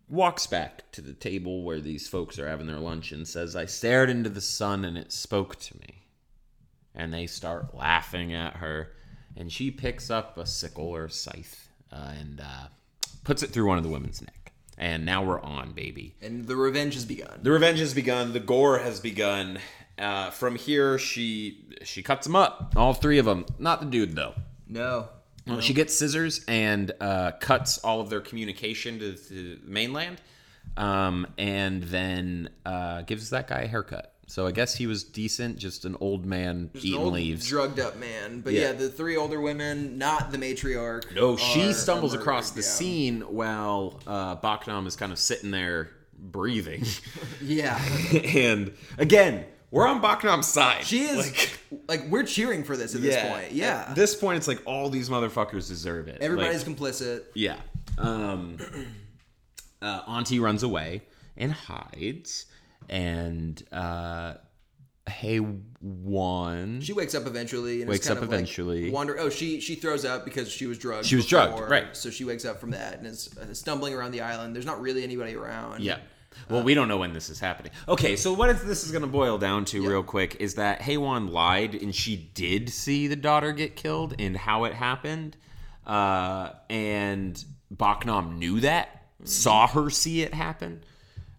walks back to the table where these folks are having their lunch and says, I stared into the sun and it spoke to me. And they start laughing at her. And she picks up a sickle or scythe uh, and uh, puts it through one of the women's neck. And now we're on, baby. and the revenge has begun. The revenge has begun. The gore has begun. Uh, from here, she she cuts them up, all three of them. Not the dude though. No. Well, she gets scissors and uh, cuts all of their communication to, to the mainland, um, and then uh, gives that guy a haircut. So I guess he was decent, just an old man An eating old leaves. drugged up man. But Yeah. yeah. the three older women, not the matriarch. no, are- she are stumbles across the murdered, scene while uh, Baknam is kind of sitting there breathing. yeah. Yeah. and again, we're on Baknam's side. She is Like- like, we're cheering for this at this point. Yeah. At this point, it's like all these motherfuckers deserve it. Everybody's Like, complicit. yeah. Um, uh, Auntie runs away and hides, and uh, Hey Wan. She wakes up eventually and Wakes is kind up of like eventually. wander. Oh, she she throws up because she was drugged. She was drugged, right. So she wakes up from that and is uh, stumbling around the island. There's not really anybody around. Yeah. Well, we don't know when this is happening. Okay, so what if this is going to boil down to real quick is that Heiwan lied and she did see the daughter get killed and how it happened, uh, and Baknam knew that, saw her see it happen.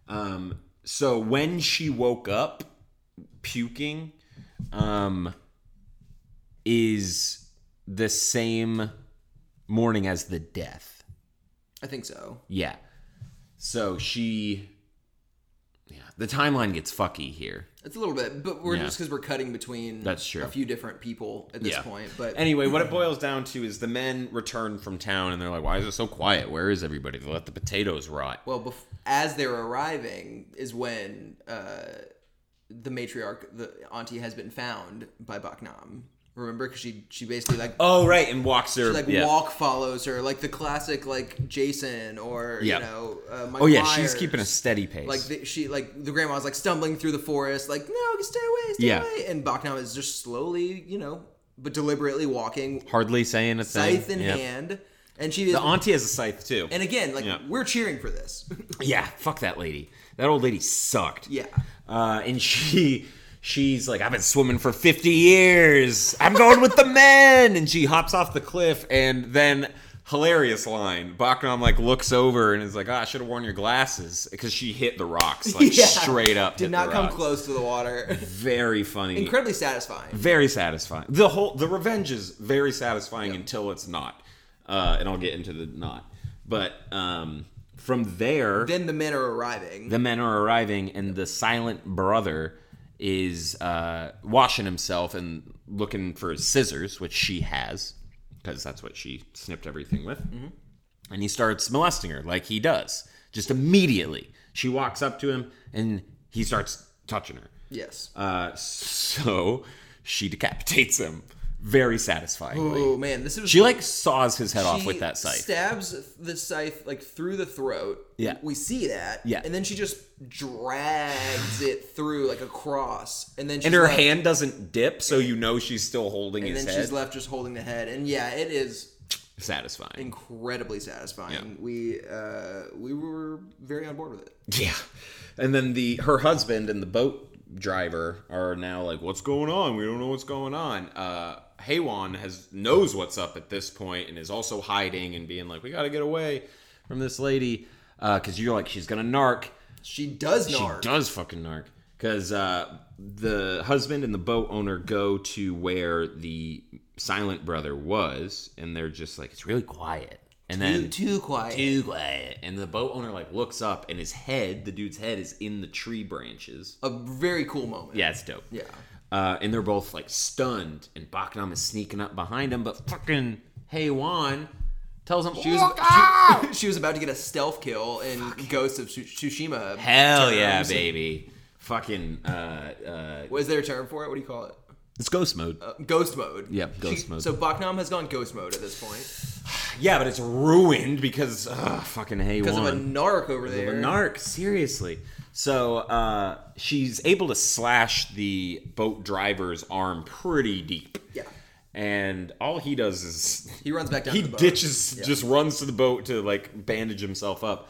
Um, so when she woke up puking, um, is the same morning as the death. I think so. Yeah. So she. Yeah, the timeline gets fucky here. It's a little bit, but we're Yeah. just because we're cutting between That's true. a few different people at this Yeah. point. But Anyway, what it boils down to is the men return from town and they're like, "Why is it so quiet? Where is everybody? They let the potatoes rot." well, bef- as they're arriving is when uh, the matriarch, the auntie, has been found by Baknam. Remember, because she she basically like Oh right, and walks her. like yeah. walk follows her, like the classic like Jason or Yeah. you know. Uh, Michael oh yeah, she's Myers. keeping a steady pace. Like the, she, like the grandma's like stumbling through the forest, like no, stay away, stay Yeah. away. And Baknam is just slowly, you know, but deliberately walking, hardly saying a thing. scythe in Yeah. hand, and she is. The auntie has a scythe too. and again, like Yeah. we're cheering for this. yeah, fuck that lady. That old lady sucked. yeah, Uh, and she she's like, I've been swimming for 50 years. I'm going with the men. And she hops off the cliff and then hilarious line. Baknam like looks over and is like, ah, I should have worn your glasses because she hit the rocks like Yeah. straight up. hit Did the not come rocks. close to the water. Very funny. Incredibly satisfying. very satisfying. The whole the revenge is very satisfying until it's not. Uh, and I'll get into the not. But um, from there Then the men are arriving. the men are arriving and the silent brother is uh, washing himself and looking for his scissors which she has because that's what she snipped everything with Mm-hmm. and he starts molesting her like he does just immediately she walks up to him and he starts touching her yes. uh, so she decapitates him very satisfyingly Oh man, this was she like saws his head off She with that scythe Stabs the scythe like through the throat. Yeah. we see that. Yeah. and then she just drags it through like a cross, and then she's and her left, hand doesn't dip so you know she's still holding and his then head she's left just holding the head. And yeah, it is satisfying incredibly satisfying. We uh, we were very on board with it. Yeah. And then the her husband and the boat driver are now like, What's going on? We don't know what's going on. Uh Haywan has knows what's up at this point and is also hiding and being like, We gotta get away from this lady. Uh, cause you're like, she's gonna narc. She does narc. She does fucking narc. Cause uh the husband and the boat owner go to where the silent brother was, and they're just like, It's really quiet. and Too, then too quiet. too quiet. And the boat owner like looks up, and his head, the dude's head, is in the tree branches. A very cool moment. Yeah, it's dope. Yeah. Uh, and they're both like stunned, and Baknam is sneaking up behind him, but fucking Hey Wan tells him, She was, "Look she- out!" she, was about to get a stealth kill in Ghost of Tsu- Tsushima. Hell yeah, terms. baby! Fucking uh, What is there a term for it? What do you call it? uh, it's ghost mode. Uh, ghost mode. Yep, ghost mode. So Baknam has gone ghost mode at this point yeah, but it's ruined because ugh, fucking Hey because Wan. of a narc over there. The narc, seriously. So uh, she's able to slash the boat driver's arm pretty deep. Yeah. And all he does is He runs back down he to the boat. ditches, just runs to the boat to like bandage himself up.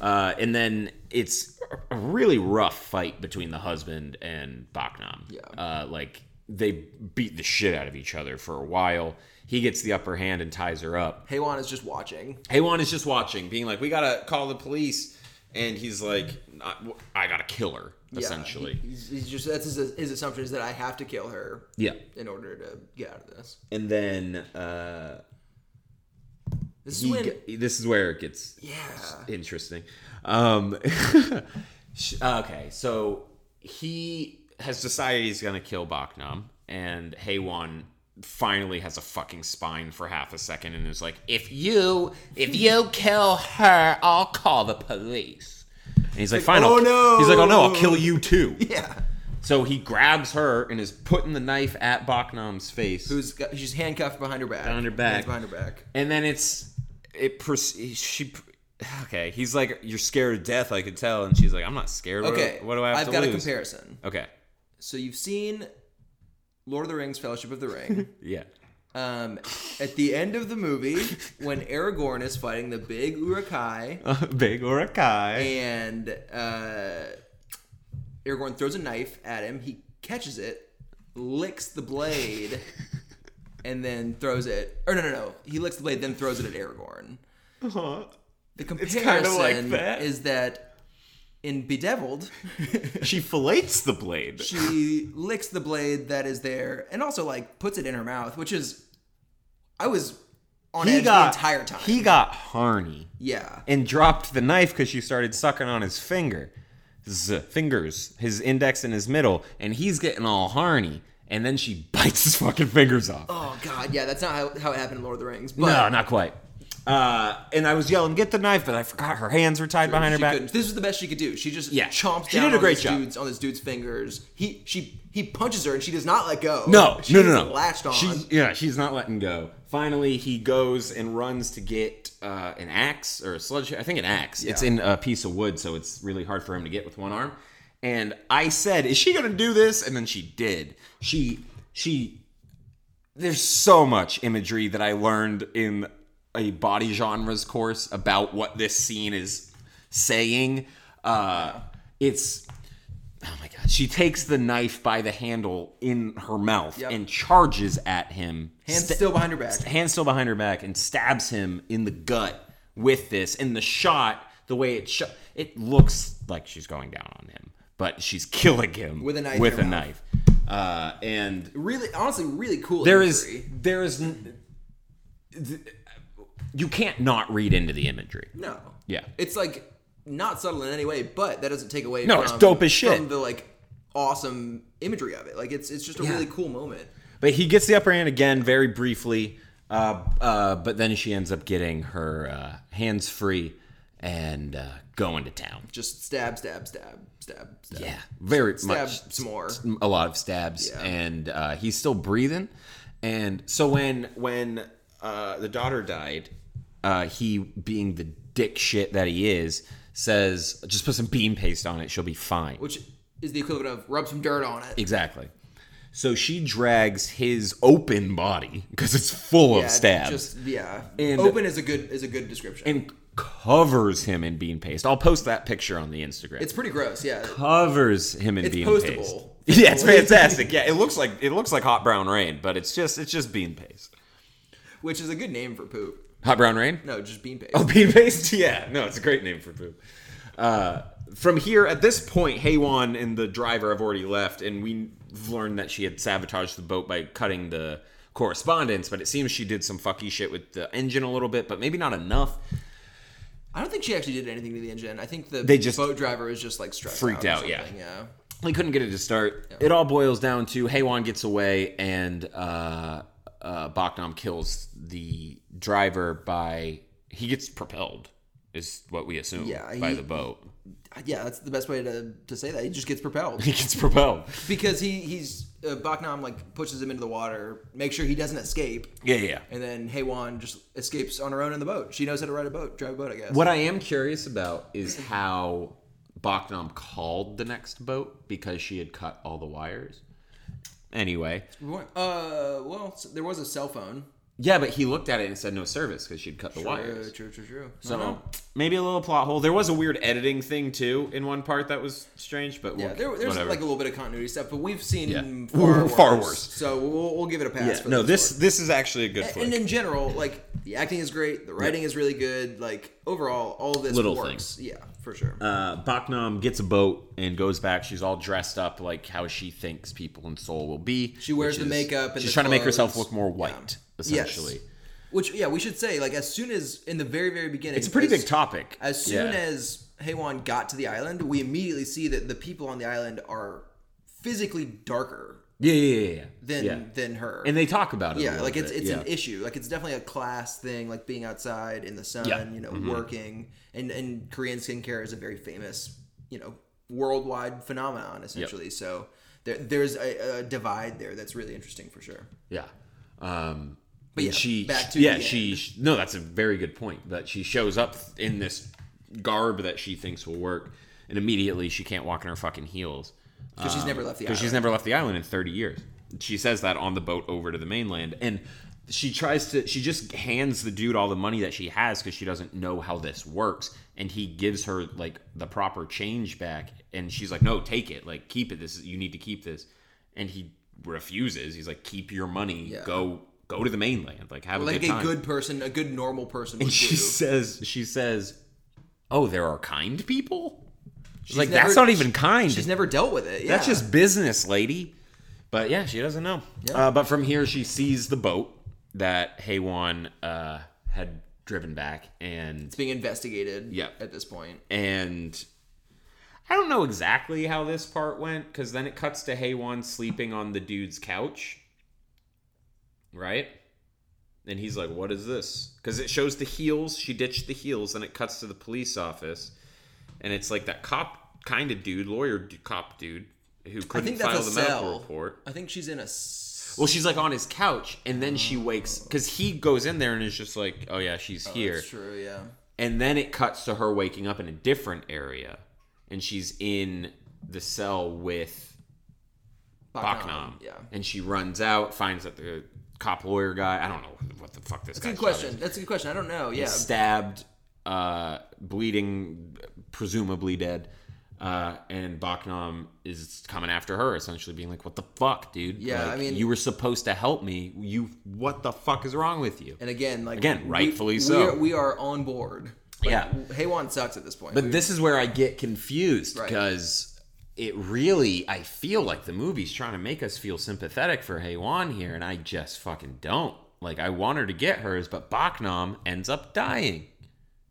Uh, and then it's a really rough fight between the husband and Baknam. Yeah. Uh, like they beat the shit out of each other for a while. He gets the upper hand and ties her up. Heiwan is just watching. Haywan is just watching, being like, "We gotta call the police," and he's like, "I, I gotta kill her," Yeah, essentially. he- he's, he's just that's his, his assumption is that I have to kill her Yeah. in order to get out of this. And then uh, This is he when g- this is where it gets yeah. interesting. Um, sh- uh, okay, so he has decided he's gonna kill Baknam, and Haywan finally has a fucking spine for half a second and is like, "If you, if you kill her, I'll call the police." And he's like, "Fine, "Oh, I'll- no." He's like, "Oh no, I'll kill you too." Yeah. So he grabs her and is putting the knife at Baknam's face. Who's got, she's handcuffed behind her back. Behind her back. He's behind her back. and then it's it proce- she okay, he's like you're scared of death, I could tell and she's like I'm not scared. What do- Okay. What do, I have I've to got a lose? comparison. Okay. So you've seen Lord of the Rings Fellowship of the Ring. Yeah. um, at the end of the movie when Aragorn is fighting the big Urukai Big or a Kai. and uh, Aragorn throws a knife at him. He catches it, licks the blade, and then throws it. Or no, no, no. He licks the blade, then throws it at Aragorn. The Uh-huh. kinda comparison like that. is that in Bedeviled, She fillets the blade. she licks the blade that is there, and also like puts it in her mouth, which is, I was on edge the entire time. He got horny yeah. and dropped the knife cuz she started sucking on his finger. His uh, fingers, his index and his middle, and he's getting all horny and then she bites his fucking fingers off. Oh god, yeah, that's not how, how it happened in Lord of the Rings. But No, not quite. Uh, and I was yelling, "Get the knife!" But I forgot her hands were tied behind her She back. couldn't- This was the best she could do. She just Yeah. chomps She down did a on, great this job. dude's, on this dude's fingers. He she he punches her and she does not let go. No, she no, is no, no. Latched on. She's, yeah, she's not letting go. Finally, he goes and runs to get uh, an axe or a sledgehammer. I think an axe. It's Yeah. in a piece of wood, so it's really hard for him to get with one arm. And I said, "Is she gonna do this?" And then she did. She she. There's so much imagery that I learned in a body genres course about what this scene is saying. Uh, it's Oh my god. She takes the knife by the handle in her mouth Yep. and charges at him. Hands Sta- still behind her back. hand still behind her back and stabs him in the gut with this. And the shot, the way it shot, it looks like she's going down on him, but she's killing him With a knife With in a her mouth. knife. Uh, and really, honestly, really cool. there is imagery. there is n- th- you can't not read into the imagery. no. Yeah. It's like not subtle in any way, but that doesn't take away. No, from, it's dope as shit. From the like awesome imagery of it, like it's it's just a really cool moment. But he gets the upper hand again, very briefly. Uh, uh, but then she ends up getting her uh, hands free and uh, going to town. Just stab, stab, stab, stab, stab. Yeah, very Stab much some more. a lot of stabs, Yeah. and uh, he's still breathing. And so when when uh, the daughter died, uh, he being the dick shit that he is says, "Just put some bean paste on it; she'll be fine." Which is the equivalent of rub some dirt on it. Exactly. So she drags his open body because it's full Yeah, of stabs. Just yeah. And- Open is a good is a good description. and covers him in bean paste. I'll post that picture on the Instagram. it's pretty gross. Yeah. covers him in It's bean postable. paste. Yeah, it's fantastic. Yeah, it looks like it looks like hot brown rain, but it's just it's just bean paste. Which is a good name for poop. Hot brown rain? No, just bean paste. Oh, bean paste. Yeah, no, it's a great name for poop. Uh, from here at this point, Haywan and the driver have already left, and we've learned that she had sabotaged the boat by cutting the correspondence, but it seems she did some fucky shit with the engine a little bit, but maybe not enough. I don't think she actually did anything to the engine. I think the They just boat driver was just like stressed freaked out. out, or yeah. something, yeah. They couldn't get it to start. It all boils down to Haywan gets away and uh, uh, Baknam kills the driver by he gets propelled, is what we assume. Yeah, by he- the boat, Yeah, that's the best way to, to say that. He just gets propelled he gets propelled. because he he's uh, Baknam like pushes him into the water, makes sure he doesn't escape, Yeah, yeah. and then Heiwan just escapes on her own in the boat. She knows how to ride a boat, drive a boat, I guess. What I am curious about is how Baknam called the next boat because she had cut all the wires. Anyway, We weren't- Uh, well, s- there was a cell phone. Uh, yeah, but he looked at it and said no service because she'd cut the wires. True, true, true, true. Uh-huh. So maybe a little plot hole. There was a weird editing thing too in one part that was strange, but Yeah, we'll- there, there's whatever. like a little bit of continuity stuff, but we've seen Yeah. far, worse, Far worse. So we'll, we'll give it a pass. yeah, for no, this this this is actually a good one. flick. And in general, like the acting is great, the writing is really good. Like overall, all of this Little works. Yeah, for sure. uh, Baknam gets a boat and goes back. She's all dressed up like how she thinks people in Seoul will be. She wears which the makeup and she's the trying to make herself clothes. look more white, Yes. essentially. Which yeah, we should say like as soon as in the very very beginning, It's a pretty as- big topic. As soon Yeah. as Heiwan got to the island, we immediately see that the people on the island are physically darker yeah, yeah, yeah, yeah. than yeah. than her. and they talk about it. a yeah little like it's bit, it's yeah. an issue like it's definitely a class thing like being outside in the sun Yeah. Mm-hmm. you know working and and korean skincare is a very famous you know worldwide phenomenon essentially so there, there's a, a divide there that's really interesting for sure Yeah. Um, But and yeah, she, back to yeah, the she, no, that's a very good point. That she shows up in this garb that she thinks will work, and immediately she can't walk in her fucking heels because she's never left the island because Um, she's never left the island in 30 years. She says that on the boat over to the mainland, and she tries to. She just hands the dude all the money that she has because she doesn't know how this works, and he gives her like the proper change back, and she's like, "No, take it. Like, keep it. This is, you need to keep this," and he refuses. He's like, "Keep your money. Yeah. Go." Go to the mainland, like have a like good a time. good person a good normal person would she do. says, she says, "Oh, there are kind people." She's She's like, never- "That's not even kind." she's never dealt with it yeah. That's just business, lady. But yeah, she doesn't know. Uh, but from here, she sees the boat that Haywan uh, had driven back, and it's being investigated Yeah. at this point and I don't know exactly how this part went because then it cuts to Haywan sleeping on the dude's couch, right? And he's like, "What is this?" Because it shows the heels. She ditched the heels, and it cuts to the police office, and it's like that cop kind of dude, lawyer d- cop dude, who couldn't think that's file a the cell. medical report. i think she's in a s- Well, she's like on his couch, and then she wakes because he goes in there and is just like, "Oh yeah, she's here." that's true yeah And then it cuts to her waking up in a different area, and she's in the cell with Baknam, Baknam. yeah And she runs out, finds that the cop lawyer guy. I don't know what the fuck this good guy's job question that's a good question i don't know yeah is, Stabbed, uh, bleeding, presumably dead. Uh, and Baknam is coming after her, essentially being like, "What the fuck, dude? Yeah, Like, I mean- you were supposed to help me. You, what the fuck is wrong with you?" And again, like Again, we- rightfully we so. are, we are on board. Like, Yeah. Haywan sucks at this point. But this is where I get confused Right. because it really, I feel like the movie's trying to make us feel sympathetic for Haywan here, and I just fucking don't. Like, I want her to get hers, but Baknam ends up dying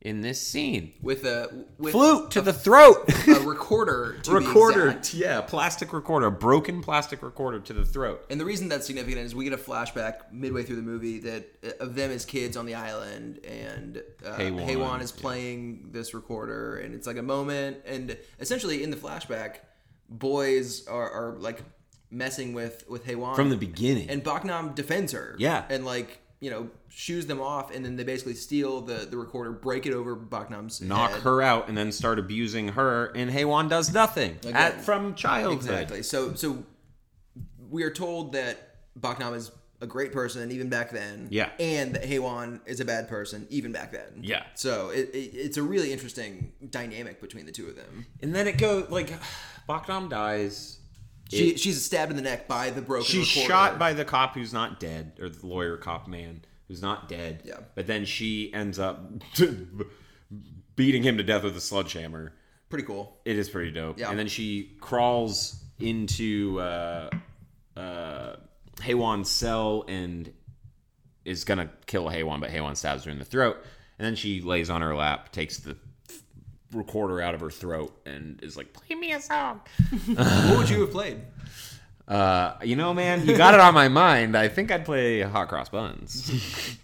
in this scene. with a with Flute to the throat! a recorder, to be recorder, exact. yeah, plastic recorder, a broken plastic recorder to the throat. And the reason that's significant is we get a flashback midway through the movie that uh, of them as kids on the island, and uh, Haywan, Haywan, is playing this recorder, and it's like a moment. And essentially, in the flashback, boys are, are like messing with with Haywan From the beginning. and Baknam defends her. Yeah. And like, you know, shoos them off and then they basically steal the, the recorder, break it over Baknam's knock head. her out and then start abusing her, and Haywan does nothing at, from childhood. Exactly. So so we are told that Baknam is a great person even back then. Yeah. And that Haywan is a bad person even back then. Yeah. So it, it, it's a really interesting dynamic between the two of them. And then it goes, like, Baknam dies. She, she's stabbed in the neck by the broken She's recorder. shot by the cop who's not dead, or the lawyer cop man who's not dead. Yeah. But then she ends up beating him to death with a sledgehammer. Pretty cool. It is pretty dope. Yeah. And then she crawls into uh, uh, Heiwan Cell and is gonna kill Heiwan, but Heiwan stabs her in the throat, and then she lays on her lap, takes the recorder out of her throat, and is like, "Play me a song." What would you have played? Uh, you know, man, you got it on my mind. I think I'd play Hot Cross Buns.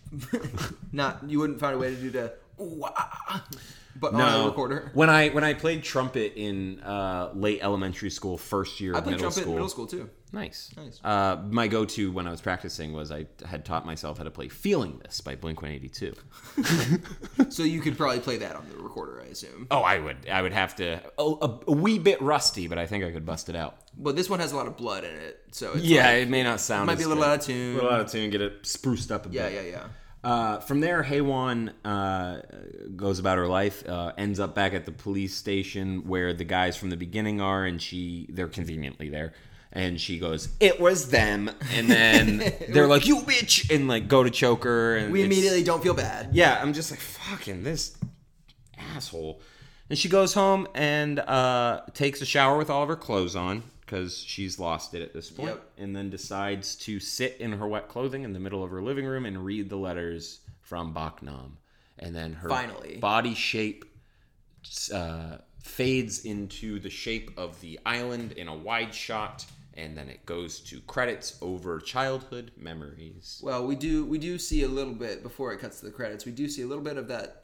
Not you wouldn't find a way to do the ooh, ah, ah, but on a recorder. When I when I played trumpet in uh, late elementary school, first year I of played middle trumpet school. in middle school too. Nice. Nice. Uh, my go-to when I was practicing was I had taught myself how to play "Feeling This" by Blink One Eighty Two. So you could probably play that on the recorder, I assume. Oh, I would. I would have to. Oh, a, a wee bit rusty, but I think I could bust it out. But this one has a lot of blood in it, so it's Yeah, it may not sound. might be a little out of tune. A little out of tune. Get it spruced up a yeah, bit. yeah, yeah. Uh, from there, Haywan uh, goes about her life. Uh, ends up back at the police station where the guys from the beginning are, and she they're conveniently there. And she goes, "It was them," and then they're like, "You bitch!" and like go to choke her. And We it's- immediately don't feel bad. yeah, I'm just like fucking this asshole. And she goes home and uh, takes a shower with all of her clothes on because she's lost it at this point, Yep. and then decides to sit in her wet clothing in the middle of her living room and read the letters from Baknam. And then her Finally. body shape uh, fades into the shape of the island in a wide shot, and then it goes to credits over childhood memories. Well, we do we do see a little bit before it cuts to the credits. We do see a little bit of that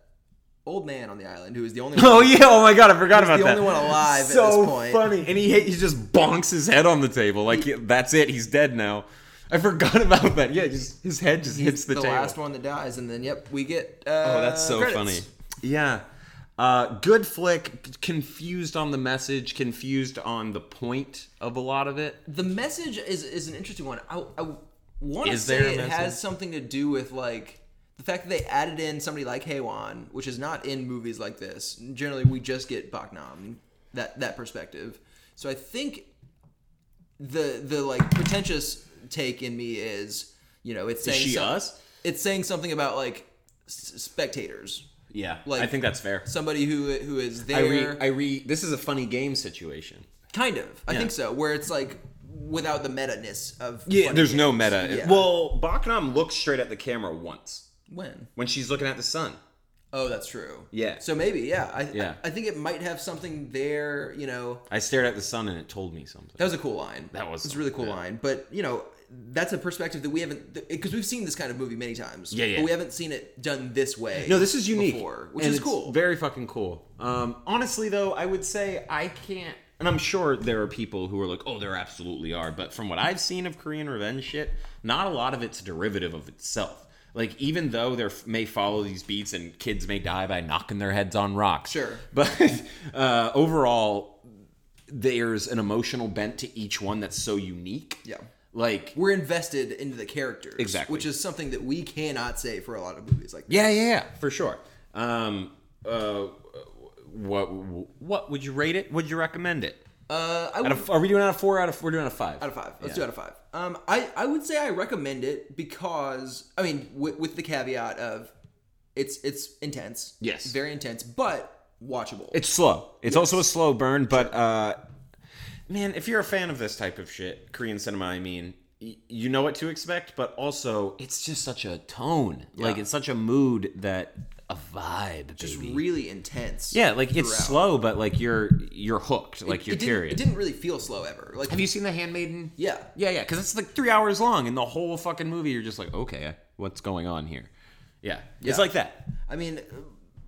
old man on the island who is the only one. Oh yeah! Oh my god, I forgot about the that. only one alive at so this point. funny, and he hit- he just bonks his head on the table like that's it. He's dead now. I forgot about that. Yeah, just his head just hits the, the table. last one that dies, and then yep, we get. Uh, oh, that's so credits. funny. Yeah, uh, good flick. c- Confused on the message, confused on the point of a lot of it. The message is is an interesting one. I, I want to Is say there a it message? has something to do with like the fact that they added in somebody like Haywan, which is not in movies like this. Generally, we just get Baknam that that perspective. So I think the the like pretentious take in me is you know it's saying she some- us? It's saying something about like s- spectators, Yeah, Like- I think that's fair. somebody who who is there. I re, I re. This is a funny game situation. Kind of. I think so. Where it's like without the meta ness of funny there's no games. meta. Yeah. Well, Baknam looks straight at the camera once when? when she's looking at the sun. Oh, that's true. Yeah. So maybe, yeah. I, Yeah. I, I think it might have something there. You know, I stared at the sun and it told me something. that was a cool line. That was it's a really cool yeah. line. But you know, that's a perspective that we haven't because we've seen this kind of movie many times. Yeah, yeah. But we haven't seen it done this way. No, this is unique, before, which and is it's cool. Very fucking cool. Um, honestly, though, I would say I can't, and I'm sure there are people who are like, "Oh, there absolutely are," but from what I've seen of Korean revenge shit, not a lot of it's derivative of itself. Like, even though there f- may follow these beats and kids may die by knocking their heads on rocks, Sure. but uh, overall, there's an emotional bent to each one that's so unique. Yeah. like We're invested into the characters, Exactly. which is something that we cannot say for a lot of movies like. That. Yeah, yeah, yeah, for sure. Um, uh, what what would you rate it? Would you recommend it? Uh, I Out would of, are we doing out of four? Out of we're doing out of five. out of five. Let's Yeah. do out of five. Um, I I would say I recommend it because I mean with, with the caveat of it's it's intense. Yes. very intense, but watchable. It's slow. It's also a slow burn, but uh, man, if you're a fan of this type of shit, Korean cinema, I mean, y- you know what to expect, but also it's just such a tone, like it's such a mood that a vibe, It's baby. really intense. yeah, like it's throughout. slow, but like you're you're hooked, like you're it didn't, curious. It didn't really feel slow ever. Like Have you seen The Handmaiden? yeah, Yeah, yeah, because it's like three hours long, and the whole fucking movie, you're just like, okay, what's going on here? Yeah, Yeah. it's like that. I mean,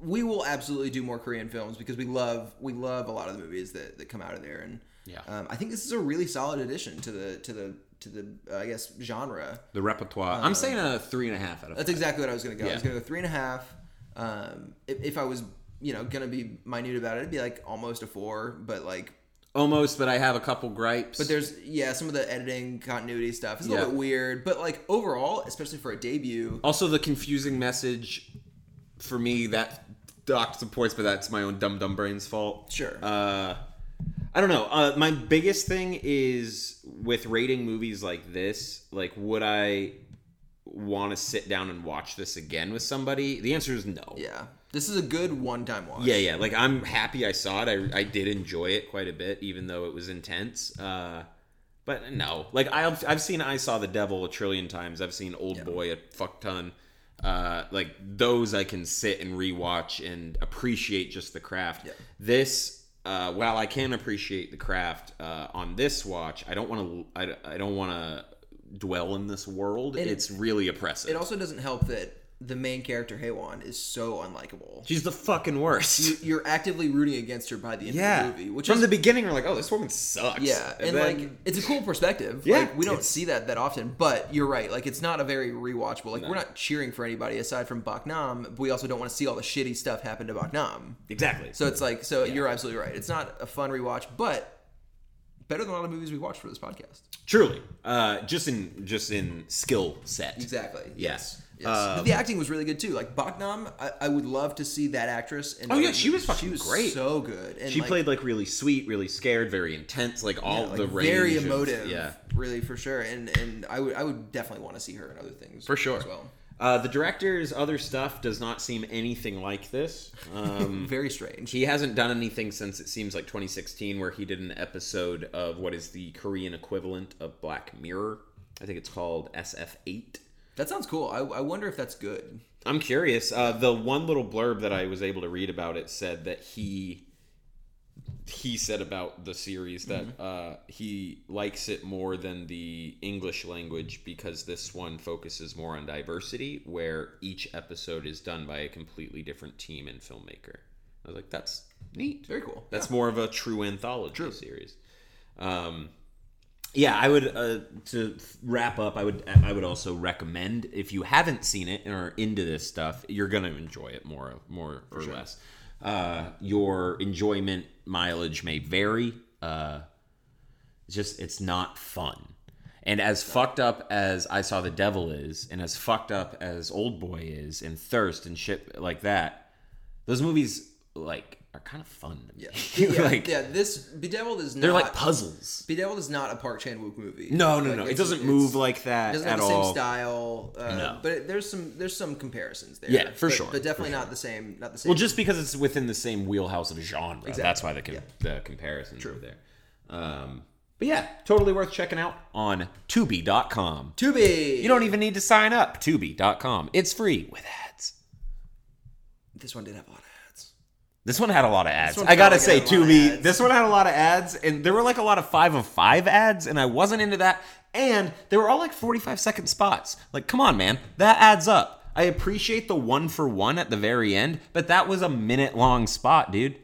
we will absolutely do more Korean films because we love we love a lot of the movies that, that come out of there, and Yeah. um, I think this is a really solid addition to the to the to the uh, I guess genre. The repertoire. I'm saying a three and a half out of. That's exactly what I was gonna go. I Yeah. was gonna go three and a half. Um, if, if I was, you know, gonna be minute about it, it'd be like almost a four. But like, Almost, but I have a couple gripes. but there's yeah, some of the editing continuity stuff is a Yeah. little bit weird. But like overall, especially for a debut, also the confusing message for me that docked some points, but that's my own dumb dumb brain's fault. Sure. Uh, I don't know. Uh, my biggest thing is with rating movies like this. Like, would I want to sit down and watch this again with somebody? The answer is no. yeah, this is a good one-time watch. Yeah, yeah. Like I'm happy I saw it. I I did enjoy it quite a bit, even though it was intense. Uh, But no, like I've I've seen I saw the devil a trillion times. I've seen Old Boy a fuck ton. Uh, like those I can sit and rewatch and appreciate just the craft. This uh, while I can appreciate the craft uh, on this watch, I don't want to I, I don't want to dwell in this world. it's really oppressive. It also doesn't help that the main character Heiwan is so unlikable. She's the fucking worst. You- You're actively rooting against her by the end yeah. of the movie, which From is the beginning, we're like, oh, this woman sucks. yeah, and, then- like it's a cool perspective. Yeah, like, we don't it's- see that that often. But you're right; like it's not a very rewatchable. Like we're not cheering for anybody aside from Bak Nam, but we also don't want to see all the shitty stuff happen to Bak Nam. exactly. So it's like, so you're absolutely right. It's not a fun rewatch, but better than a lot of movies we watched for this podcast. Truly, uh, just in just in skill set. Exactly. Yes. Um, Yes. But the acting was really good too. Like Baknam, I, I would love to see that actress. In Oh, yeah, other she was movies. fucking great. So good. And she like, played like really sweet, really scared, very intense, like all like, the range. very of- emotive. yeah, really for sure. And and I would I would definitely want to see her in other things for sure. as well. Uh, the director's other stuff does not seem anything like this. Um, Very strange. he hasn't done anything since it seems like 2016, where he did an episode of what is the Korean equivalent of Black Mirror. I think it's called SF8. that sounds cool. I, I wonder if that's good. I'm curious. Uh, the one little blurb that I was able to read about it said that he he said about the series that uh, he likes it more than the English language because this one focuses more on diversity, where each episode is done by a completely different team and filmmaker. I was like, that's neat. Very cool. That's more of a true anthology series. Um, yeah, I would uh, to wrap up. I would I would also recommend if you haven't seen it and are into this stuff, you're gonna enjoy it more more or less. Uh, your enjoyment mileage may vary. Uh, it's just it's not fun. And as fucked up as I saw the devil is, and as fucked up as Old Boy is, and Thirst and shit like that, those movies like are kind of fun. To me. Yeah, yeah, like This Bedeviled is not. they're like puzzles. Bedeviled is not a Park Chan Wook movie. No, no, Like, no. It it's- doesn't it's- move like that doesn't at have the all. same style. Uh, No. but it, there's some there's some comparisons there. Yeah, for but, sure, But for definitely not the same. Not the same. Well, just because it's within the same wheelhouse of genre, that's why the com- the comparisons True. there. Um, but yeah, totally worth checking out on Tubi.com. to be. You don't even need to sign up. Tubi.com. It's free with ads. This one did have a lot of ads. This one had a lot of ads. one I gotta probably say, got a lot of Tubi. ads. This one had a lot of ads, and there were like a lot of five of five ads, and I wasn't into that. And they were all like forty-five second spots. Like, come on, man, that adds up. I appreciate the one for one at the very end, but that was a minute long spot, dude.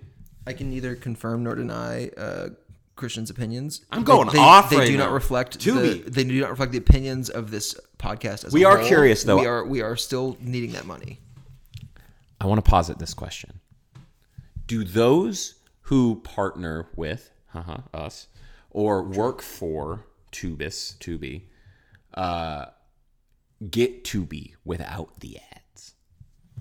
I can neither confirm nor deny uh, Christian's opinions. I'm going off They right do now. not reflect Tubi. The, they do not reflect the opinions of this podcast. As We a are whole. curious, though. We are we are still needing that money. I want to posit this question. Do those who partner with haha, us or work for Tubis, Tubi, uh, get Tubi without the ads?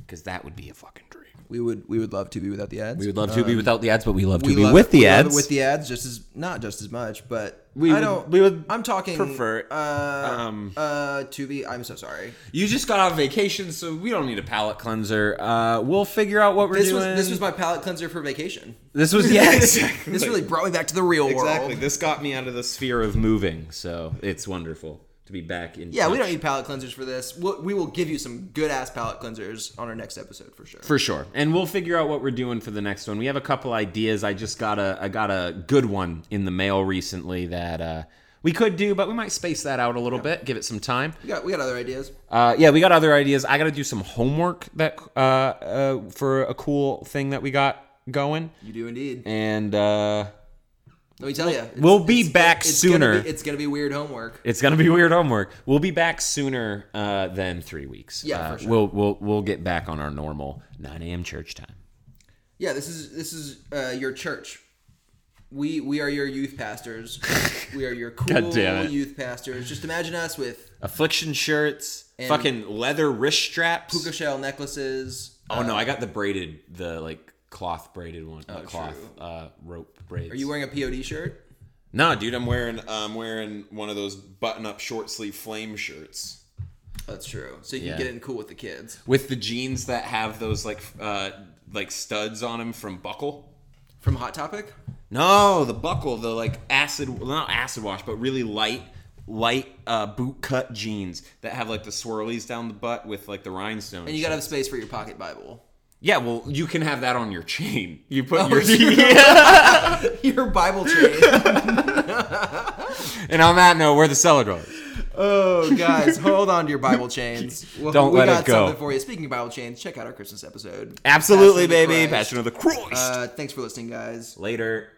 Because that would be a fucking dream. We would we would love Tubi without the ads. We would love Tubi without the ads, but Um, we love We Tubi love- with the we love it ads. with the ads, just as not just as much, but We I would- don't. we would I'm talking prefer- Uh, um, uh, Tubi. I'm so sorry. you just got off vacation, so we don't need a palate cleanser. Uh, we'll figure out what we're This was doing. this was my palate cleanser for vacation. this was yeah, exactly. This really brought me back to the real Exactly. world. This got me out of the sphere of moving, so it's wonderful to be back in. Yeah, we touch. don't need palate cleansers for this. We'll, we will give you some good ass palate cleansers on our next episode for sure. for sure. And we'll figure out what we're doing for the next one. We have a couple ideas. I just got a I got a good one in the mail recently that uh, we could do, but we might space that out a little bit, give it some time. We got we got other ideas. Uh, yeah, we got other ideas. I got to do some homework that uh, uh, for a cool thing that we got going, You do indeed. and uh, Let me tell you, we'll be back sooner. it's gonna be weird homework. It's gonna be weird homework. We'll be back sooner uh, than three weeks. Yeah, Uh, for sure. We'll we'll we'll get back on our normal 9 a.m. church time. Yeah, this is this is uh, your church. We we are your youth pastors. we are your cool God damn it. youth pastors. Just imagine us with Affliction shirts, fucking leather wrist straps. puka shell necklaces. oh no, I got the braided, the like cloth braided one, uh, cloth Oh, true. uh, rope braids. Are you wearing a POD shirt? No, dude, I'm wearing I'm wearing one of those button-up short sleeve flame shirts. That's true. So you Yeah. can get in cool with the kids. With the jeans that have those like uh, like studs on them from buckle. From Hot Topic? No, the buckle, the like acid, well, not acid wash, but really light, light uh, boot cut jeans that have like the swirlies down the butt with like the rhinestone. And you gotta have space for your pocket Bible. yeah, well, you can have that on your chain. You put your Your Bible chain. and on that note, we're the cellar dwellers. Oh, guys, hold on to your Bible chains. Well, Don't we let it got go. something for you. Speaking of Bible chains, check out our Christmas episode. Absolutely, Passion of the baby. Christ. Passion of the Christ. Uh, thanks for listening, guys. Later.